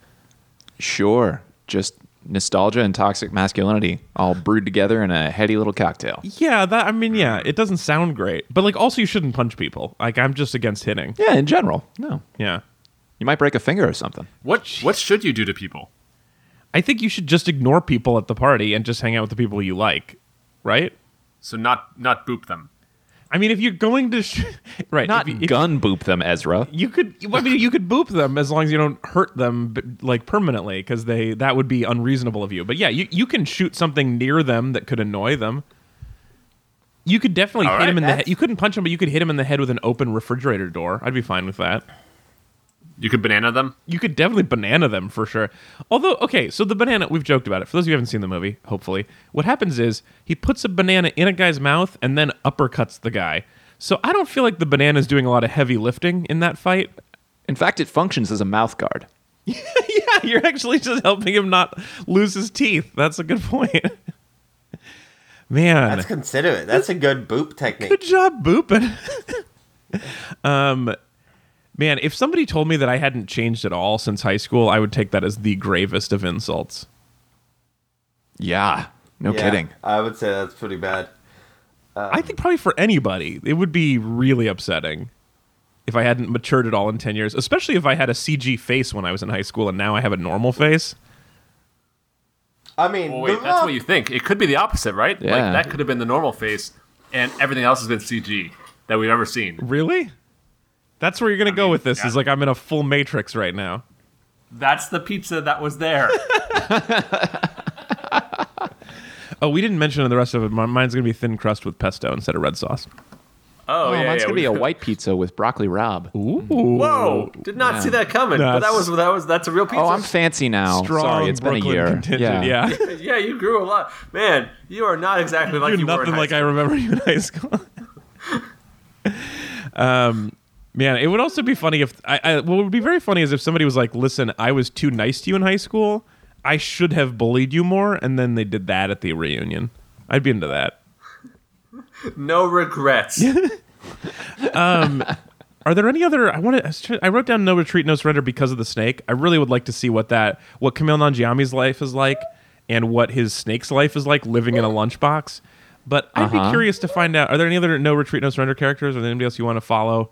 [SPEAKER 3] Sure. Just nostalgia and toxic masculinity all brewed together in a heady little cocktail.
[SPEAKER 1] yeah that i mean yeah it doesn't sound great but like also you shouldn't punch people like i'm just against hitting
[SPEAKER 3] Yeah, in general. No.
[SPEAKER 1] yeah
[SPEAKER 3] You might break a finger or something.
[SPEAKER 2] What what should you do to people?
[SPEAKER 1] I think you should just ignore people at the party and just hang out with the people you like, right?
[SPEAKER 2] So not not boop them.
[SPEAKER 1] I mean, if you're going to, sh- right?
[SPEAKER 3] Not
[SPEAKER 1] if you, if
[SPEAKER 3] gun boop them, Ezra.
[SPEAKER 1] you could, I mean, you could boop them as long as you don't hurt them b- like permanently, because they that would be unreasonable of you. But yeah, you you can shoot something near them that could annoy them. You could definitely hit
[SPEAKER 2] right,
[SPEAKER 1] him in the
[SPEAKER 4] that's-
[SPEAKER 1] head. You couldn't punch him, but you could hit him in the head with an open refrigerator door. I'd be fine with that.
[SPEAKER 2] You could banana them.
[SPEAKER 1] you could definitely banana them for sure. Although, okay, so the banana, we've joked about it. For those of you who haven't seen the movie, hopefully, what happens is he puts a banana in a guy's mouth and then uppercuts the guy. So I don't feel like the banana's doing a lot of heavy lifting in that fight.
[SPEAKER 3] In fact, it functions as a mouth guard.
[SPEAKER 1] yeah, you're actually just helping him not lose his teeth. That's a good point. Man.
[SPEAKER 4] That's considerate. That's a good boop
[SPEAKER 1] Good
[SPEAKER 4] technique.
[SPEAKER 1] job booping. um, man, if somebody told me that I hadn't changed at all since high school, I would take that as the gravest of insults.
[SPEAKER 3] Yeah. No
[SPEAKER 4] Yeah,
[SPEAKER 3] kidding.
[SPEAKER 4] I would say that's pretty bad.
[SPEAKER 1] I
[SPEAKER 2] Um,
[SPEAKER 1] think probably for anybody, it would be really upsetting if I hadn't matured at all in 10 years, especially if I had a CG face when I was in high school and now I have a normal face.
[SPEAKER 4] I mean,
[SPEAKER 2] Well, wait,
[SPEAKER 4] the
[SPEAKER 2] that's
[SPEAKER 4] rough-
[SPEAKER 2] what you think. It could be the opposite, right?
[SPEAKER 3] Yeah.
[SPEAKER 2] Like that could have been the normal face, and everything else has been CG that we've ever seen.
[SPEAKER 1] Really? That's where you're going to go
[SPEAKER 2] mean,
[SPEAKER 1] with this
[SPEAKER 2] yeah.
[SPEAKER 1] is like I'm in a full matrix right now.
[SPEAKER 2] That's the pizza that was there.
[SPEAKER 1] Oh, we didn't mention the rest of it. My- Mine's going to be thin crust with pesto instead of red sauce.
[SPEAKER 2] Oh,
[SPEAKER 3] Oh,
[SPEAKER 2] yeah,
[SPEAKER 3] mine's
[SPEAKER 2] yeah,
[SPEAKER 3] gonna
[SPEAKER 2] we-
[SPEAKER 3] be a white pizza with broccoli rob.
[SPEAKER 1] Ooh.
[SPEAKER 2] Whoa! Did not see that coming. But that
[SPEAKER 1] That's-
[SPEAKER 2] was that was that's a real pizza.
[SPEAKER 3] Oh, I'm fancy now.
[SPEAKER 1] Strong
[SPEAKER 3] Sorry, it's
[SPEAKER 1] Brooklyn
[SPEAKER 3] been a year.
[SPEAKER 1] contingent. Yeah.
[SPEAKER 2] yeah, you grew a lot, man. You are not exactly like
[SPEAKER 1] You're
[SPEAKER 2] you were.
[SPEAKER 1] nothing
[SPEAKER 2] in high
[SPEAKER 1] like I
[SPEAKER 2] school.
[SPEAKER 1] remember you in high school. um, man, it would also be funny if I, I. What would be very funny is if somebody was like, "Listen, I was too nice to you in high school. I should have bullied you more," and then they did that at the reunion. I'd be into that.
[SPEAKER 2] No regrets.
[SPEAKER 1] Are there any other? I want to. I wrote down no retreat, no surrender because of the snake. I really would like to see what that, what Camille Nanjiami's life is like, and what his snake's life is like living in a lunchbox. But I'd be
[SPEAKER 3] Uh-huh.
[SPEAKER 1] curious to find out. Are there any other no retreat, no surrender characters, or anybody else you want to follow?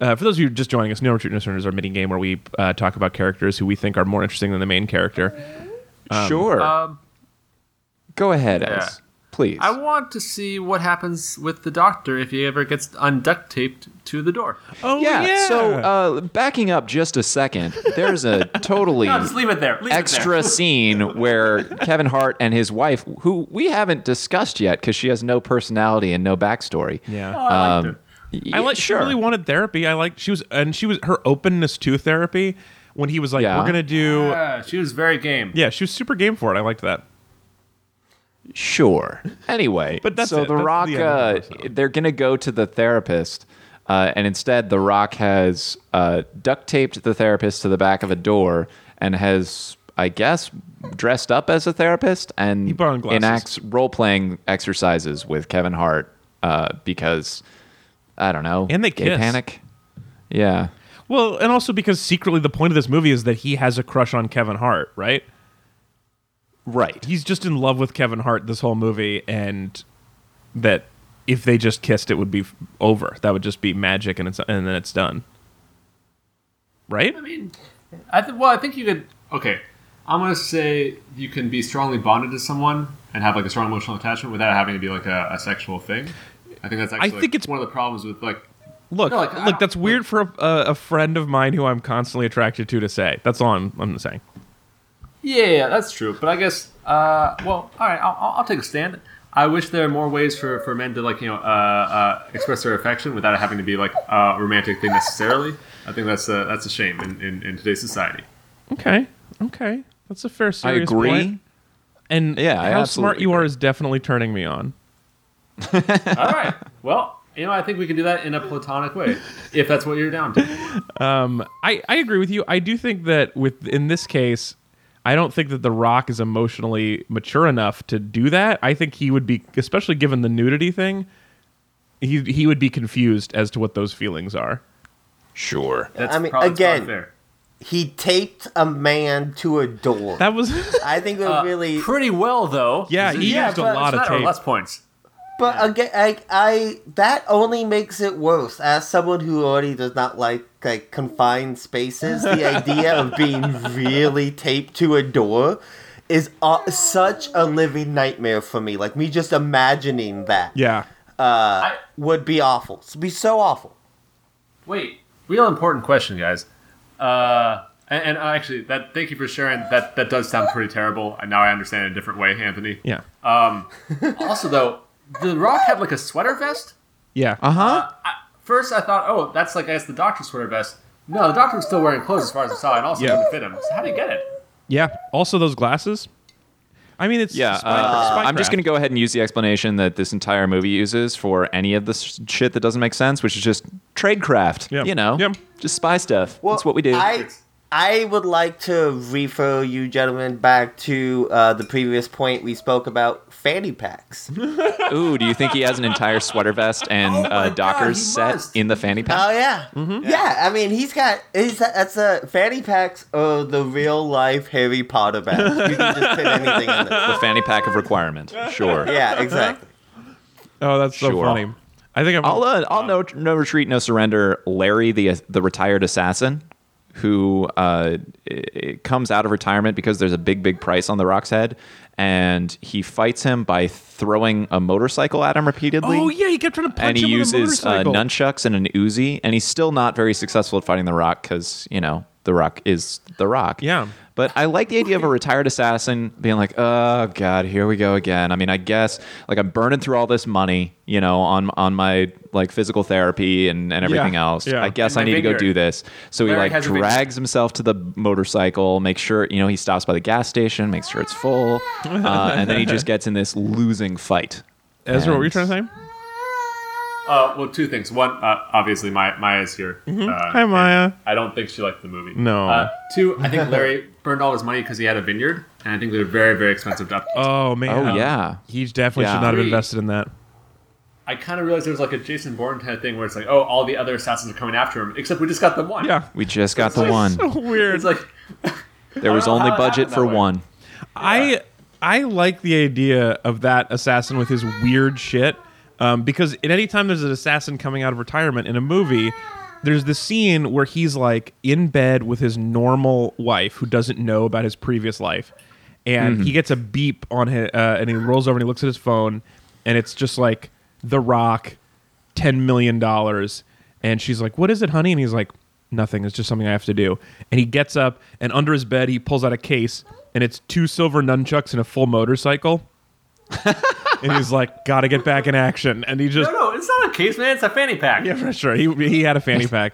[SPEAKER 1] Uh, for those of you just joining us, no retreat, no surrender is our mini game where we uh, talk about characters who we think are more interesting than the main character.
[SPEAKER 3] sure.
[SPEAKER 2] Um,
[SPEAKER 3] Go ahead, Ez.
[SPEAKER 2] yeah.
[SPEAKER 3] Please.
[SPEAKER 2] I want to see what happens with the doctor if he ever gets unduct taped to the door.
[SPEAKER 1] Oh
[SPEAKER 3] yeah, So, uh, backing up just a second, there's a totally
[SPEAKER 2] No, just leave it there. Leave
[SPEAKER 3] extra scene where Kevin Hart and his wife, who we haven't discussed yet because she has no personality and no backstory.
[SPEAKER 1] yeah.
[SPEAKER 2] It there. I liked it.
[SPEAKER 1] I like
[SPEAKER 3] sure.
[SPEAKER 1] she really wanted therapy. I like she was and she was her openness to therapy when he was like,
[SPEAKER 3] Yeah.
[SPEAKER 1] "We're gonna do."
[SPEAKER 2] Yeah, she was very game.
[SPEAKER 1] Yeah, she was super game for it. I liked that.
[SPEAKER 3] Sure. Anyway,
[SPEAKER 1] But that's
[SPEAKER 3] so
[SPEAKER 1] it.
[SPEAKER 3] The
[SPEAKER 1] That's the
[SPEAKER 3] Rock,
[SPEAKER 1] end of the
[SPEAKER 3] uh,
[SPEAKER 1] personality.
[SPEAKER 3] they're going to go to the therapist, uh, and instead, The Rock has uh, duct taped the therapist to the back of a door and has, I guess, dressed up as a therapist and
[SPEAKER 1] put on glasses.
[SPEAKER 3] enacts role playing exercises with Kevin Hart uh, because, I don't know.
[SPEAKER 1] And they
[SPEAKER 3] gay
[SPEAKER 1] kiss.
[SPEAKER 3] panic. Yeah.
[SPEAKER 1] Well, and also because secretly the point of this movie is that he has a crush on Kevin Hart, right?
[SPEAKER 3] Right.
[SPEAKER 1] He's just in love with Kevin Hart this whole movie, and that if they just kissed, it would be f- over. That would just be magic, and it's and then it's done, right?
[SPEAKER 2] I mean, I th- well, I think you could. Okay, I'm gonna say you can be strongly bonded to someone and have like a strong emotional attachment without having to be like a, a sexual thing. I think that's actually.
[SPEAKER 1] think
[SPEAKER 2] like,
[SPEAKER 1] it's-
[SPEAKER 2] one of the problems with like.
[SPEAKER 1] Look,
[SPEAKER 2] No, like, I
[SPEAKER 1] look,
[SPEAKER 2] don't-
[SPEAKER 1] that's weird for a, a, a friend of mine who I'm constantly attracted to to say. That's all I'm, I'm saying.
[SPEAKER 2] Yeah, yeah, that's true. But I guess, uh, well, all right, I'll, I'll- I'll take a stand. I wish there were more ways for, for men to like you know uh, uh, express their affection without it having to be like a romantic thing necessarily. I think that's a, that's a shame in, in, in today's society.
[SPEAKER 1] Okay, okay, that's a fair.
[SPEAKER 3] I
[SPEAKER 1] Serious
[SPEAKER 3] agree.
[SPEAKER 1] point. And
[SPEAKER 3] Yeah, I
[SPEAKER 1] how smart
[SPEAKER 3] absolutely
[SPEAKER 1] you are
[SPEAKER 3] agree.
[SPEAKER 1] is definitely turning me on.
[SPEAKER 2] All right, well, you know, I think we can do that in a platonic way if that's what you're down to.
[SPEAKER 1] I, I agree with you. I do think that with in this case, I don't think that The Rock is emotionally mature enough to do that. I think he would be, especially given the nudity thing, he he would be confused as to what those feelings are.
[SPEAKER 3] Sure.
[SPEAKER 2] That's
[SPEAKER 4] I mean,
[SPEAKER 2] probably it's
[SPEAKER 4] again,
[SPEAKER 2] not fair.
[SPEAKER 4] He taped a man to a door.
[SPEAKER 1] That was
[SPEAKER 4] I think that really.
[SPEAKER 2] pretty well though.
[SPEAKER 1] yeah. He
[SPEAKER 4] Yeah,
[SPEAKER 1] used a
[SPEAKER 4] but
[SPEAKER 1] lot of
[SPEAKER 2] It's not
[SPEAKER 1] tape.
[SPEAKER 2] less points.
[SPEAKER 4] But again, I, I that only makes it worse. As someone who already does not like like confined spaces, the idea of being really taped to a door is uh, such a living nightmare for me. Like me just imagining that
[SPEAKER 1] Yeah.
[SPEAKER 2] I,
[SPEAKER 4] would be awful. It'd be so awful.
[SPEAKER 2] wait, real important question, guys. Uh, and, and actually, that thank you for sharing. That that does sound pretty terrible. And now I understand it a different way, Anthony.
[SPEAKER 1] Yeah.
[SPEAKER 2] Also, though, The Rock had like a sweater vest.
[SPEAKER 1] yeah.
[SPEAKER 3] Uh huh.
[SPEAKER 2] First, I thought, oh, that's like I guess the doctor's sweater vest. No, the doctor was still wearing clothes as far as I saw, and also
[SPEAKER 1] Yeah.
[SPEAKER 2] didn't fit him. So how do you get it?
[SPEAKER 1] yeah. Also, those glasses. I mean, it's
[SPEAKER 3] Yeah.
[SPEAKER 1] spy-
[SPEAKER 3] uh, I'm just
[SPEAKER 1] spycraft.
[SPEAKER 3] going to go ahead and use the explanation that this entire movie uses for any of this shit that doesn't make sense, which is just tradecraft.
[SPEAKER 1] Yeah.
[SPEAKER 3] You know,
[SPEAKER 1] Yeah.
[SPEAKER 3] just spy stuff. That's what we do.
[SPEAKER 4] I I would like to refer you gentlemen back to uh, the previous point we spoke about fanny packs. oh
[SPEAKER 3] Ooh, do you think he has an entire sweater vest and
[SPEAKER 2] Oh my
[SPEAKER 3] uh,
[SPEAKER 2] God,
[SPEAKER 3] Docker's
[SPEAKER 2] he
[SPEAKER 3] set
[SPEAKER 2] must.
[SPEAKER 3] in the fanny pack?
[SPEAKER 4] Oh, yeah. yeah, I mean he's got he's that's a fanny packs are the real life Harry Potter bag. You can just put anything in
[SPEAKER 2] Uh,
[SPEAKER 4] it.
[SPEAKER 3] the fanny pack of requirement. Sure.
[SPEAKER 4] Yeah, exactly.
[SPEAKER 1] Oh, that's so
[SPEAKER 3] Sure.
[SPEAKER 1] funny. I think I'm.
[SPEAKER 3] I'll uh, I'll no no retreat no surrender. Larry the uh, the retired assassin who uh, i- i- comes out of retirement because there's a big big price on the Rock's head, and he fights him by throwing a motorcycle at him repeatedly.
[SPEAKER 1] oh yeah, he kept trying to punch
[SPEAKER 3] And he
[SPEAKER 1] him with a
[SPEAKER 3] uses uh,
[SPEAKER 1] motorcycle.
[SPEAKER 3] nunchucks and an Uzi, and he's still not very successful at fighting the Rock because you know the Rock is the Rock.
[SPEAKER 1] Yeah.
[SPEAKER 3] But I like the idea of a retired assassin being like, "Oh God, here we go again." I mean, I guess like I'm burning through all this money, you know, on on my like physical therapy and, and everything
[SPEAKER 1] Yeah,
[SPEAKER 3] else.
[SPEAKER 1] yeah.
[SPEAKER 3] I guess
[SPEAKER 2] And
[SPEAKER 3] I
[SPEAKER 2] my
[SPEAKER 3] need to go
[SPEAKER 2] vineyard.
[SPEAKER 3] do this. So
[SPEAKER 2] Larry
[SPEAKER 3] he like
[SPEAKER 2] has a vineyard.
[SPEAKER 3] drags himself to the motorcycle, makes sure you know he stops by the gas station, makes sure it's full, uh, and then he just gets in this losing fight.
[SPEAKER 1] Ezra, what were you
[SPEAKER 3] and-
[SPEAKER 1] trying to say?
[SPEAKER 2] Uh, well, two things. One, uh, obviously, Maya, Maya's here. Uh,
[SPEAKER 1] Mm-hmm. Hi, Maya.
[SPEAKER 2] and I don't think she liked the movie.
[SPEAKER 1] No.
[SPEAKER 2] Uh, two, I think Larry burned all his money because he had a vineyard, and I think they were very, very expensive to upkeep.
[SPEAKER 1] Oh man.
[SPEAKER 3] Oh yeah.
[SPEAKER 1] He definitely
[SPEAKER 3] Yeah.
[SPEAKER 1] should not have
[SPEAKER 2] Three.
[SPEAKER 1] invested in that.
[SPEAKER 2] I kind of realized there was like a Jason Bourne kind of thing where it's like, oh, all the other assassins are coming after him, except we just got the one.
[SPEAKER 1] Yeah.
[SPEAKER 3] We just got the one.
[SPEAKER 1] So weird.
[SPEAKER 2] It's like,
[SPEAKER 3] There was
[SPEAKER 2] I don't know
[SPEAKER 3] only
[SPEAKER 2] how it
[SPEAKER 3] budget
[SPEAKER 2] happened
[SPEAKER 3] for
[SPEAKER 2] that way.
[SPEAKER 3] one.
[SPEAKER 1] I I like the idea of that assassin with his weird shit um, because at any time there's an assassin coming out of retirement in a movie, there's this scene where he's like in bed with his normal wife who doesn't know about his previous life, and
[SPEAKER 3] Mm-hmm.
[SPEAKER 1] he gets a beep on his uh, and he rolls over and he looks at his phone, and it's just like The Rock, ten million dollars, and she's like, "What is it, honey?" And he's like, "Nothing. It's just something I have to do." And he gets up and under his bed he pulls out a case, and it's two silver nunchucks and a full motorcycle. and he's like, "Gotta get back in action," and he just
[SPEAKER 2] no, no, it's not a case, man. It's a fanny pack.
[SPEAKER 1] yeah, for sure. He he had a fanny pack.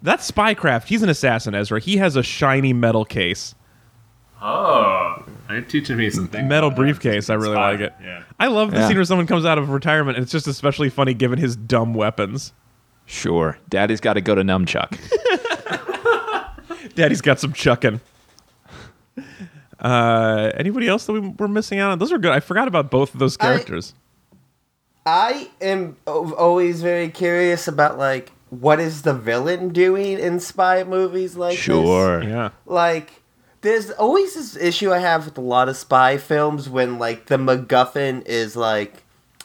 [SPEAKER 1] That's spycraft. He's an assassin, Ezra. He has a shiny metal case,
[SPEAKER 2] Oh, you're teaching me something.
[SPEAKER 1] metal briefcase. I really
[SPEAKER 2] Spy,
[SPEAKER 1] like it.
[SPEAKER 2] yeah.
[SPEAKER 1] I love the
[SPEAKER 3] Yeah.
[SPEAKER 1] scene where someone comes out of retirement, and it's just especially funny given his dumb weapons.
[SPEAKER 3] Sure. Daddy's got to go to Numchuck.
[SPEAKER 1] Daddy's got some chucking. Uh, anybody else that we were missing out on? Those are good. I forgot about both of those
[SPEAKER 4] I-
[SPEAKER 1] characters.
[SPEAKER 4] I am al- always very curious about like what is the villain doing in spy movies like this?
[SPEAKER 1] yeah.
[SPEAKER 4] Like there's always this issue I have with a lot of spy films when like the MacGuffin is like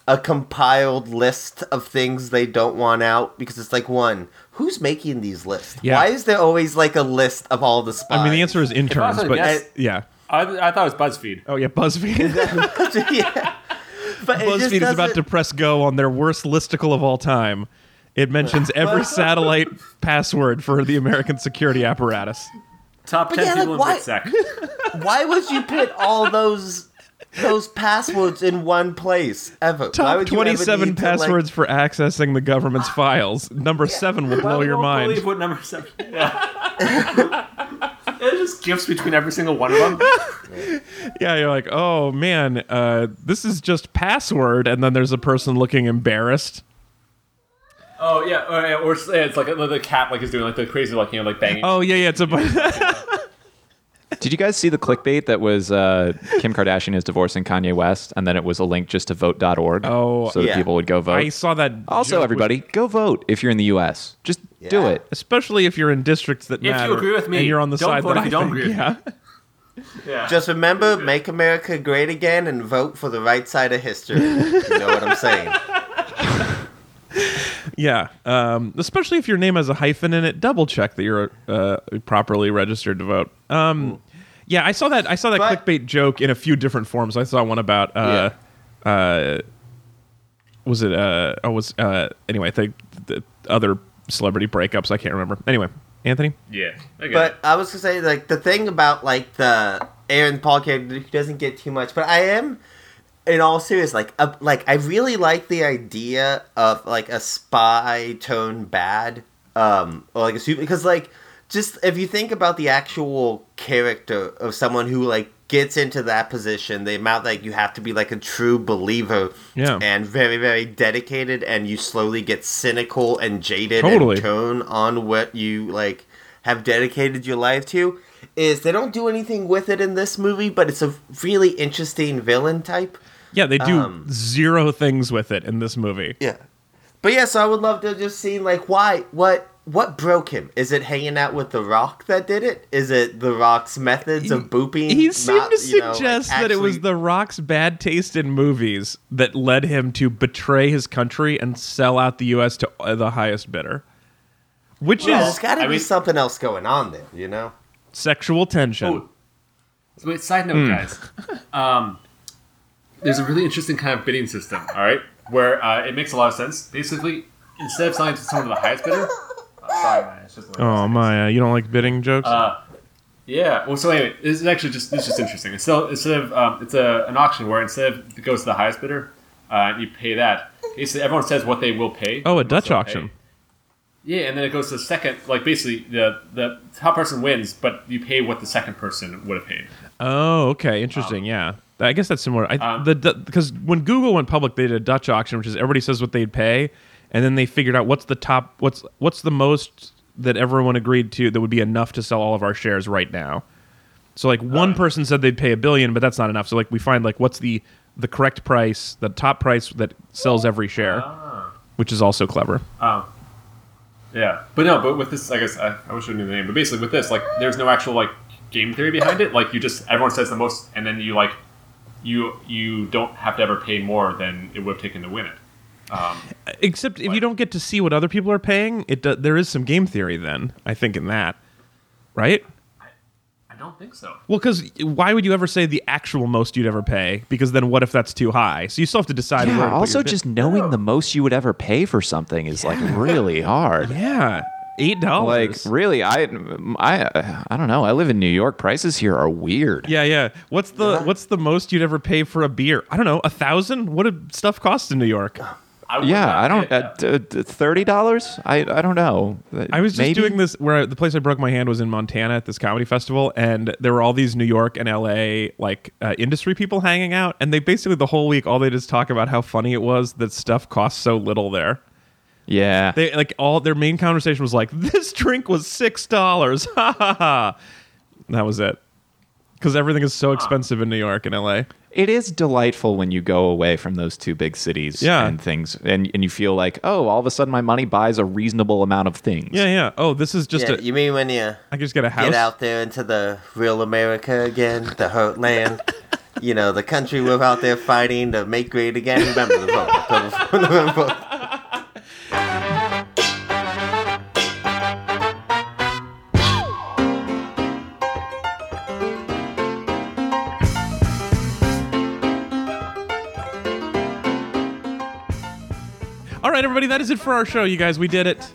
[SPEAKER 4] a compiled list of things they don't want out because it's like one, who's making these lists?
[SPEAKER 1] Yeah.
[SPEAKER 4] Why is there always like a list of all the spies?
[SPEAKER 1] I mean, the answer is interns,
[SPEAKER 2] was a
[SPEAKER 1] but
[SPEAKER 2] guess-
[SPEAKER 1] yeah.
[SPEAKER 2] I, I thought it was BuzzFeed.
[SPEAKER 1] Oh yeah, BuzzFeed.
[SPEAKER 4] yeah. But it just
[SPEAKER 1] BuzzFeed is about
[SPEAKER 4] doesn't-
[SPEAKER 1] to press go on their worst listicle of all time. It mentions every satellite password for the American security apparatus.
[SPEAKER 2] Top ten
[SPEAKER 4] yeah,
[SPEAKER 2] people
[SPEAKER 4] like, why-
[SPEAKER 2] in BitSec.
[SPEAKER 4] Why would you put all those those passwords in one place ever? Why
[SPEAKER 1] Top
[SPEAKER 4] would you ever
[SPEAKER 1] twenty-seven
[SPEAKER 4] need to, like-
[SPEAKER 1] passwords for accessing the government's files. Number seven will blow
[SPEAKER 2] I
[SPEAKER 1] your
[SPEAKER 2] won't
[SPEAKER 1] mind.
[SPEAKER 2] Believe what number seven? There's just gifts between every single one of them.
[SPEAKER 1] Yeah, you're like, oh man, uh, this is just password, and then there's a person looking embarrassed.
[SPEAKER 2] Oh yeah, or, yeah, or it's- yeah, it's like the, the cat like is doing like the crazy like you know like banging.
[SPEAKER 1] Oh yeah, yeah, it's a bunch.
[SPEAKER 3] Did you guys see the clickbait that was uh, Kim Kardashian is divorcing Kanye West, and then it was a link just to vote.org?
[SPEAKER 1] Oh,
[SPEAKER 3] so that
[SPEAKER 4] yeah.
[SPEAKER 3] people would go vote.
[SPEAKER 1] I saw that.
[SPEAKER 3] also,
[SPEAKER 1] joke,
[SPEAKER 3] everybody, go vote if you're in the U.S. Just do
[SPEAKER 4] Yeah.
[SPEAKER 3] it.
[SPEAKER 1] especially if you're in districts that
[SPEAKER 2] you
[SPEAKER 1] matter.
[SPEAKER 2] agree with me,
[SPEAKER 1] and you're on the
[SPEAKER 2] don't
[SPEAKER 1] side
[SPEAKER 2] vote
[SPEAKER 1] that
[SPEAKER 2] if
[SPEAKER 1] I
[SPEAKER 2] you don't
[SPEAKER 1] think-
[SPEAKER 2] agree
[SPEAKER 1] yeah.
[SPEAKER 2] with yeah.
[SPEAKER 4] Just remember, make America great again and vote for the right side of history. you know what I'm saying?
[SPEAKER 1] Yeah, um, especially if your name has a hyphen in it, double check that you're uh, properly registered to vote. Um, Yeah, I saw that. I saw that
[SPEAKER 4] But-
[SPEAKER 1] clickbait joke in a few different forms. I saw one about, uh, uh, was it? Uh, oh, was uh, anyway. I think the other celebrity breakups. I can't remember. Anyway, Anthony.
[SPEAKER 2] Yeah. Okay.
[SPEAKER 4] But I was gonna say like the thing about like the Aaron Paul character who doesn't get too much, but I am in all seriousness like up like I really like the idea of like a spy tone bad um or like a super because like just if you think about the actual character of someone who like gets into that position the amount like you have to be like a true believer
[SPEAKER 1] Yeah.
[SPEAKER 4] and very very dedicated and you slowly get cynical and jaded
[SPEAKER 1] Totally.
[SPEAKER 4] and tone on what you like have dedicated your life to is they don't do anything with it in this movie but it's a really interesting villain type
[SPEAKER 1] Yeah, they do
[SPEAKER 4] Um,
[SPEAKER 1] zero things with it in this movie.
[SPEAKER 4] yeah but yeah so i would love to just see like why what what broke him is it hanging out with the rock that did it is it the rock's methods of booping
[SPEAKER 1] He seemed
[SPEAKER 4] not,
[SPEAKER 1] to
[SPEAKER 4] you know, like,
[SPEAKER 1] suggest that it was
[SPEAKER 4] actually-
[SPEAKER 1] The Rock's bad taste in movies that led him to betray his country and sell out the U.S. to uh, the highest bidder, which
[SPEAKER 4] yeah,
[SPEAKER 1] is
[SPEAKER 4] there's gotta
[SPEAKER 2] I
[SPEAKER 4] be
[SPEAKER 2] mean-
[SPEAKER 4] something else going on there you know
[SPEAKER 1] sexual tension.
[SPEAKER 2] Oh, so wait, side note,
[SPEAKER 1] Hmm.
[SPEAKER 2] guys. Um, there's a really interesting kind of bidding system, all right, where uh, it makes a lot of sense. Basically, instead of selling to someone with the highest bidder, oh, sorry, man, it's just the way it is.
[SPEAKER 1] Oh my! uh, You don't like bidding jokes?
[SPEAKER 2] yeah. Well, so anyway, this is actually just this is just interesting. It's still, instead of um, it's a, an auction where instead of it goes to the highest bidder, uh, and you pay that. Basically, everyone says what they will pay.
[SPEAKER 1] oh, a
[SPEAKER 2] what
[SPEAKER 1] Dutch
[SPEAKER 2] they'll
[SPEAKER 1] auction.
[SPEAKER 2] pay. Yeah, and then it goes to the second. Like basically, the the top person wins, but you pay what the second person would have paid.
[SPEAKER 1] Oh, okay, interesting. yeah, I guess that's similar. I, the because when Google went public, they did a Dutch auction, which is everybody says what they'd pay, and then they figured out what's the top, what's what's the most that everyone agreed to that would be enough to sell all of our shares right now. So like one person said they'd pay a billion, but that's not enough. So like we find like what's the the correct price, the top price that sells every share, which is also clever.
[SPEAKER 2] Yeah, but no, but with this, I guess I, I wish I knew the name. But basically, with this, like, there's no actual like game theory behind it. Like, you just everyone says the most, and then you like you you don't have to ever pay more than it would have taken to win it.
[SPEAKER 1] Except if you don't get to see what other people are paying, it do, there is some game theory then. I think in that, right?
[SPEAKER 2] I don't think so.
[SPEAKER 1] Well, because why would you ever say the actual most you'd ever pay? Because then what if that's too high? So you still have to decide. where to
[SPEAKER 3] Yeah,
[SPEAKER 1] put
[SPEAKER 3] also
[SPEAKER 1] your Oh. bid.
[SPEAKER 3] just knowing the most you would ever pay for something is like really hard.
[SPEAKER 1] yeah, eight
[SPEAKER 3] Like
[SPEAKER 1] dollars.
[SPEAKER 3] really, I, I, I don't know. I live in New York. Prices here are weird.
[SPEAKER 1] yeah, yeah. What's the what's the most you'd ever pay for a beer? I don't know, a thousand. What did stuff cost in New York?
[SPEAKER 2] I would not
[SPEAKER 3] Yeah, I don't.
[SPEAKER 2] pay it.
[SPEAKER 3] Uh, d- d- Thirty dollars? I I don't know.
[SPEAKER 1] I was just doing this where I- the place I broke my hand was in Montana at this comedy festival, and there were all these New York and LA like uh, industry people hanging out, and they basically the whole week all they just talk about how funny it was that stuff costs so little there.
[SPEAKER 3] Yeah,
[SPEAKER 1] They like all their main conversation was like, "This drink was six dollars." Ha ha ha. And That was it. Because everything is so expensive in New York and LA.
[SPEAKER 3] it is delightful when you go away from those two big cities.
[SPEAKER 1] Yeah.
[SPEAKER 3] and things, and and you feel like, oh, all of a sudden my money buys a reasonable amount of things.
[SPEAKER 1] Yeah, yeah. Oh, this is just
[SPEAKER 4] yeah,
[SPEAKER 1] a.
[SPEAKER 4] you mean when you
[SPEAKER 1] I just got a house.
[SPEAKER 4] get out there into the real America again, the hurt land. You know, the country we're out there fighting to make great again. Remember the vote. Remember the vote.
[SPEAKER 1] All right, everybody, that is it for our show. You guys, we did it.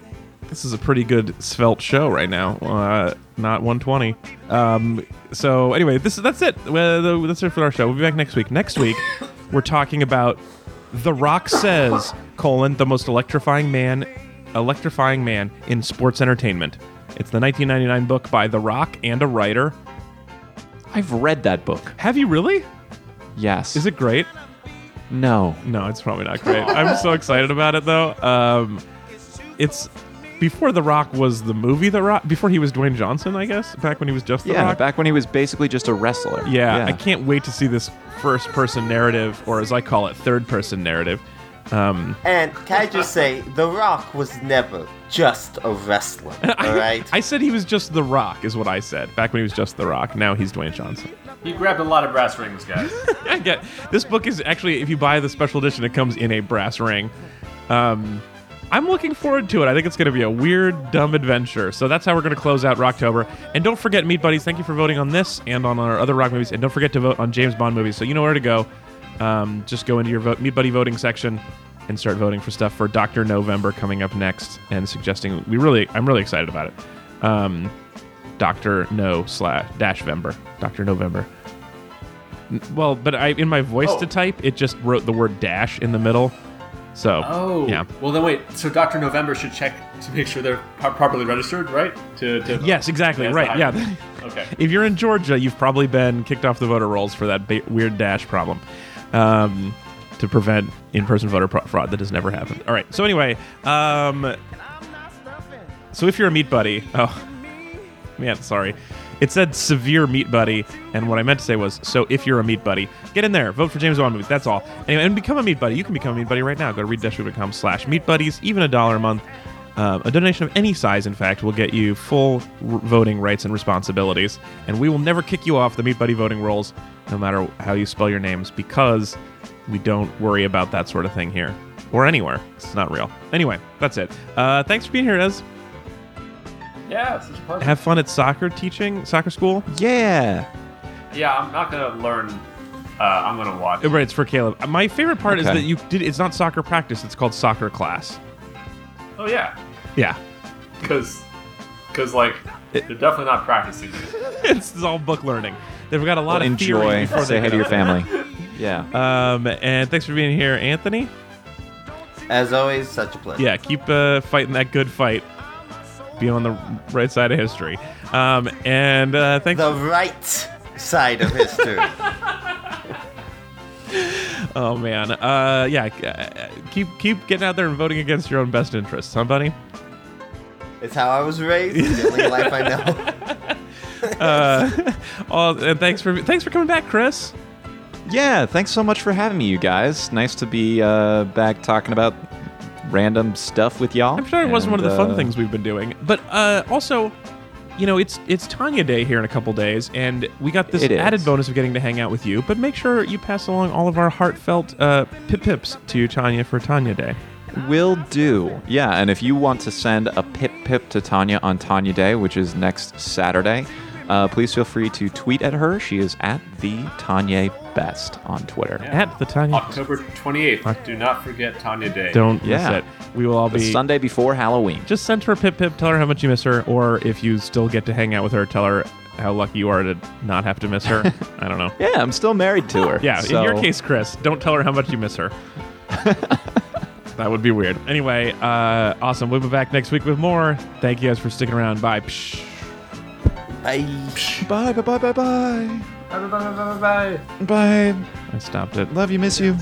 [SPEAKER 1] This is a pretty good svelte show right now. Uh, not 120. Um, so anyway, this that's it. Well, that's it for our show. We'll be back next week. Next week, we're talking about The Rock says colon the most electrifying man, electrifying man in sports entertainment. It's the 1999 book by The Rock and a writer.
[SPEAKER 3] I've read that book.
[SPEAKER 1] Have you really?
[SPEAKER 3] Yes.
[SPEAKER 1] Is it great?
[SPEAKER 3] No.
[SPEAKER 1] No, it's probably not great. I'm so excited about it though. Um, it's before The Rock was the movie The Rock. Before he was Dwayne Johnson, I guess. Back when he was just The
[SPEAKER 3] Yeah,
[SPEAKER 1] Rock.
[SPEAKER 3] back when he was basically just a wrestler.
[SPEAKER 1] yeah, I can't wait to see this first person narrative, or as I call it, third person narrative. Um,
[SPEAKER 4] And can I just say, The Rock was never just a wrestler. All right.
[SPEAKER 1] I said he was just The Rock, is what I said. Back when he was just The Rock. Now he's Dwayne Johnson.
[SPEAKER 2] He grabbed a lot of brass rings, guys.
[SPEAKER 1] I get this book is actually if you buy the special edition, it comes in a brass ring. Um, I'm looking forward to it. I think it's going to be a weird, dumb adventure. So that's how we're going to close out Rocktober. And don't forget, Meat Buddies, thank you for voting on this and on our other rock movies. And don't forget to vote on James Bond movies. So you know where to go. Um, just go into your vote, Meat Buddy voting section and start voting for stuff for Dr. November coming up next and suggesting. We really, I'm really excited about it. Um, Dr. No slash dash Vember. Dr. November. N- Well, but I in my voice
[SPEAKER 2] Oh.
[SPEAKER 1] to type, it just wrote the word dash in the middle. So,
[SPEAKER 2] Oh.
[SPEAKER 1] yeah.
[SPEAKER 2] Well, then wait. So Dr. November should check to make sure they're pro- properly registered, right? To, to
[SPEAKER 1] Yes, exactly.
[SPEAKER 2] Yes,
[SPEAKER 1] right.
[SPEAKER 2] I-
[SPEAKER 1] Yeah.
[SPEAKER 2] Okay.
[SPEAKER 1] if you're in Georgia, you've probably been kicked off the voter rolls for that ba- weird dash problem um, to prevent in person voter pro- fraud that has never happened. All right. So, anyway, um, so if you're a meat buddy, oh, man, sorry. It said severe meat buddy, and what I meant to say was, so if you're a meat buddy, get in there, vote for James Bond movies. That's all. Anyway, and become a meat buddy. You can become a meat buddy right now. Go to read slash meat buddies, even a dollar a month. Um, a donation of any size, in fact, will get you full r- voting rights and responsibilities, and we will never kick you off the meat buddy voting rolls, no matter how you spell your names, because we don't worry about that sort of thing here or anywhere. It's not real. Anyway, that's it. Uh, thanks for being here, Ez.
[SPEAKER 2] Yeah, it's such a pleasure.
[SPEAKER 1] Have fun at soccer teaching, soccer school.
[SPEAKER 3] Yeah.
[SPEAKER 2] yeah, I'm not gonna learn. Uh, I'm gonna watch.
[SPEAKER 1] Oh, Right, it's for Caleb. My favorite part is
[SPEAKER 3] Okay.
[SPEAKER 1] that you did. It's not soccer practice. It's called soccer class.
[SPEAKER 2] Oh yeah,
[SPEAKER 1] Yeah,
[SPEAKER 2] because because like they're definitely not practicing.
[SPEAKER 1] it's all book learning. They've got a lot of theory
[SPEAKER 3] Enjoy.
[SPEAKER 1] before
[SPEAKER 3] Say
[SPEAKER 1] they
[SPEAKER 3] hi
[SPEAKER 1] get
[SPEAKER 3] to your
[SPEAKER 1] up.
[SPEAKER 3] family. Yeah.
[SPEAKER 1] Um, and thanks for being here, Anthony.
[SPEAKER 4] As always, such a pleasure.
[SPEAKER 1] Yeah, keep uh, fighting that good fight. Be on the right side of history. Um, and uh, thanks.
[SPEAKER 4] The right side of history.
[SPEAKER 1] Oh man. Uh, yeah. uh, Keep keep getting out there and voting against your own best interests, huh, buddy?
[SPEAKER 4] it's how I was raised. It's The only life I know.
[SPEAKER 1] Uh, all, and thanks for thanks for coming back, Chris.
[SPEAKER 3] Yeah, thanks so much for having me, you guys. Nice to be uh, back talking about random stuff with y'all.
[SPEAKER 1] I'm sure it wasn't one of
[SPEAKER 3] And,
[SPEAKER 1] the fun
[SPEAKER 3] uh,
[SPEAKER 1] things we've been doing, but uh, also, you know, it's it's Tanya Day here in a couple days, and we got this
[SPEAKER 3] It is.
[SPEAKER 1] added bonus of getting to hang out with you. But make sure you pass along all of our heartfelt uh, pip pips to Tanya for Tanya Day.
[SPEAKER 3] Will do. Yeah, and if you want to send a pip pip to Tanya on Tanya Day, which is next Saturday, uh, please feel free to tweet at her. She is at the Tanya Best on Twitter.
[SPEAKER 1] At the Tanya,
[SPEAKER 2] October 28th. Do not forget Tanya Day.
[SPEAKER 1] don't
[SPEAKER 3] Yeah.
[SPEAKER 1] miss it. We will all
[SPEAKER 3] The
[SPEAKER 1] be
[SPEAKER 3] Sunday before Halloween.
[SPEAKER 1] just send her a pip pip. Tell her how much you miss her, or if you still get to hang out with her, tell her how lucky you are to not have to miss her. I don't know.
[SPEAKER 3] Yeah, I'm still married to her.
[SPEAKER 1] Yeah, in your
[SPEAKER 3] so-
[SPEAKER 1] case, Chris, don't tell her how much you miss her. that would be weird. Anyway, uh, awesome. We'll be back next week with more. Thank you guys for sticking around. Bye. Psh.
[SPEAKER 4] Bye.
[SPEAKER 3] Bye, bye, bye, bye, bye.
[SPEAKER 2] Bye bye bye bye bye.
[SPEAKER 3] Bye.
[SPEAKER 1] I stopped it.
[SPEAKER 3] Love you, miss you.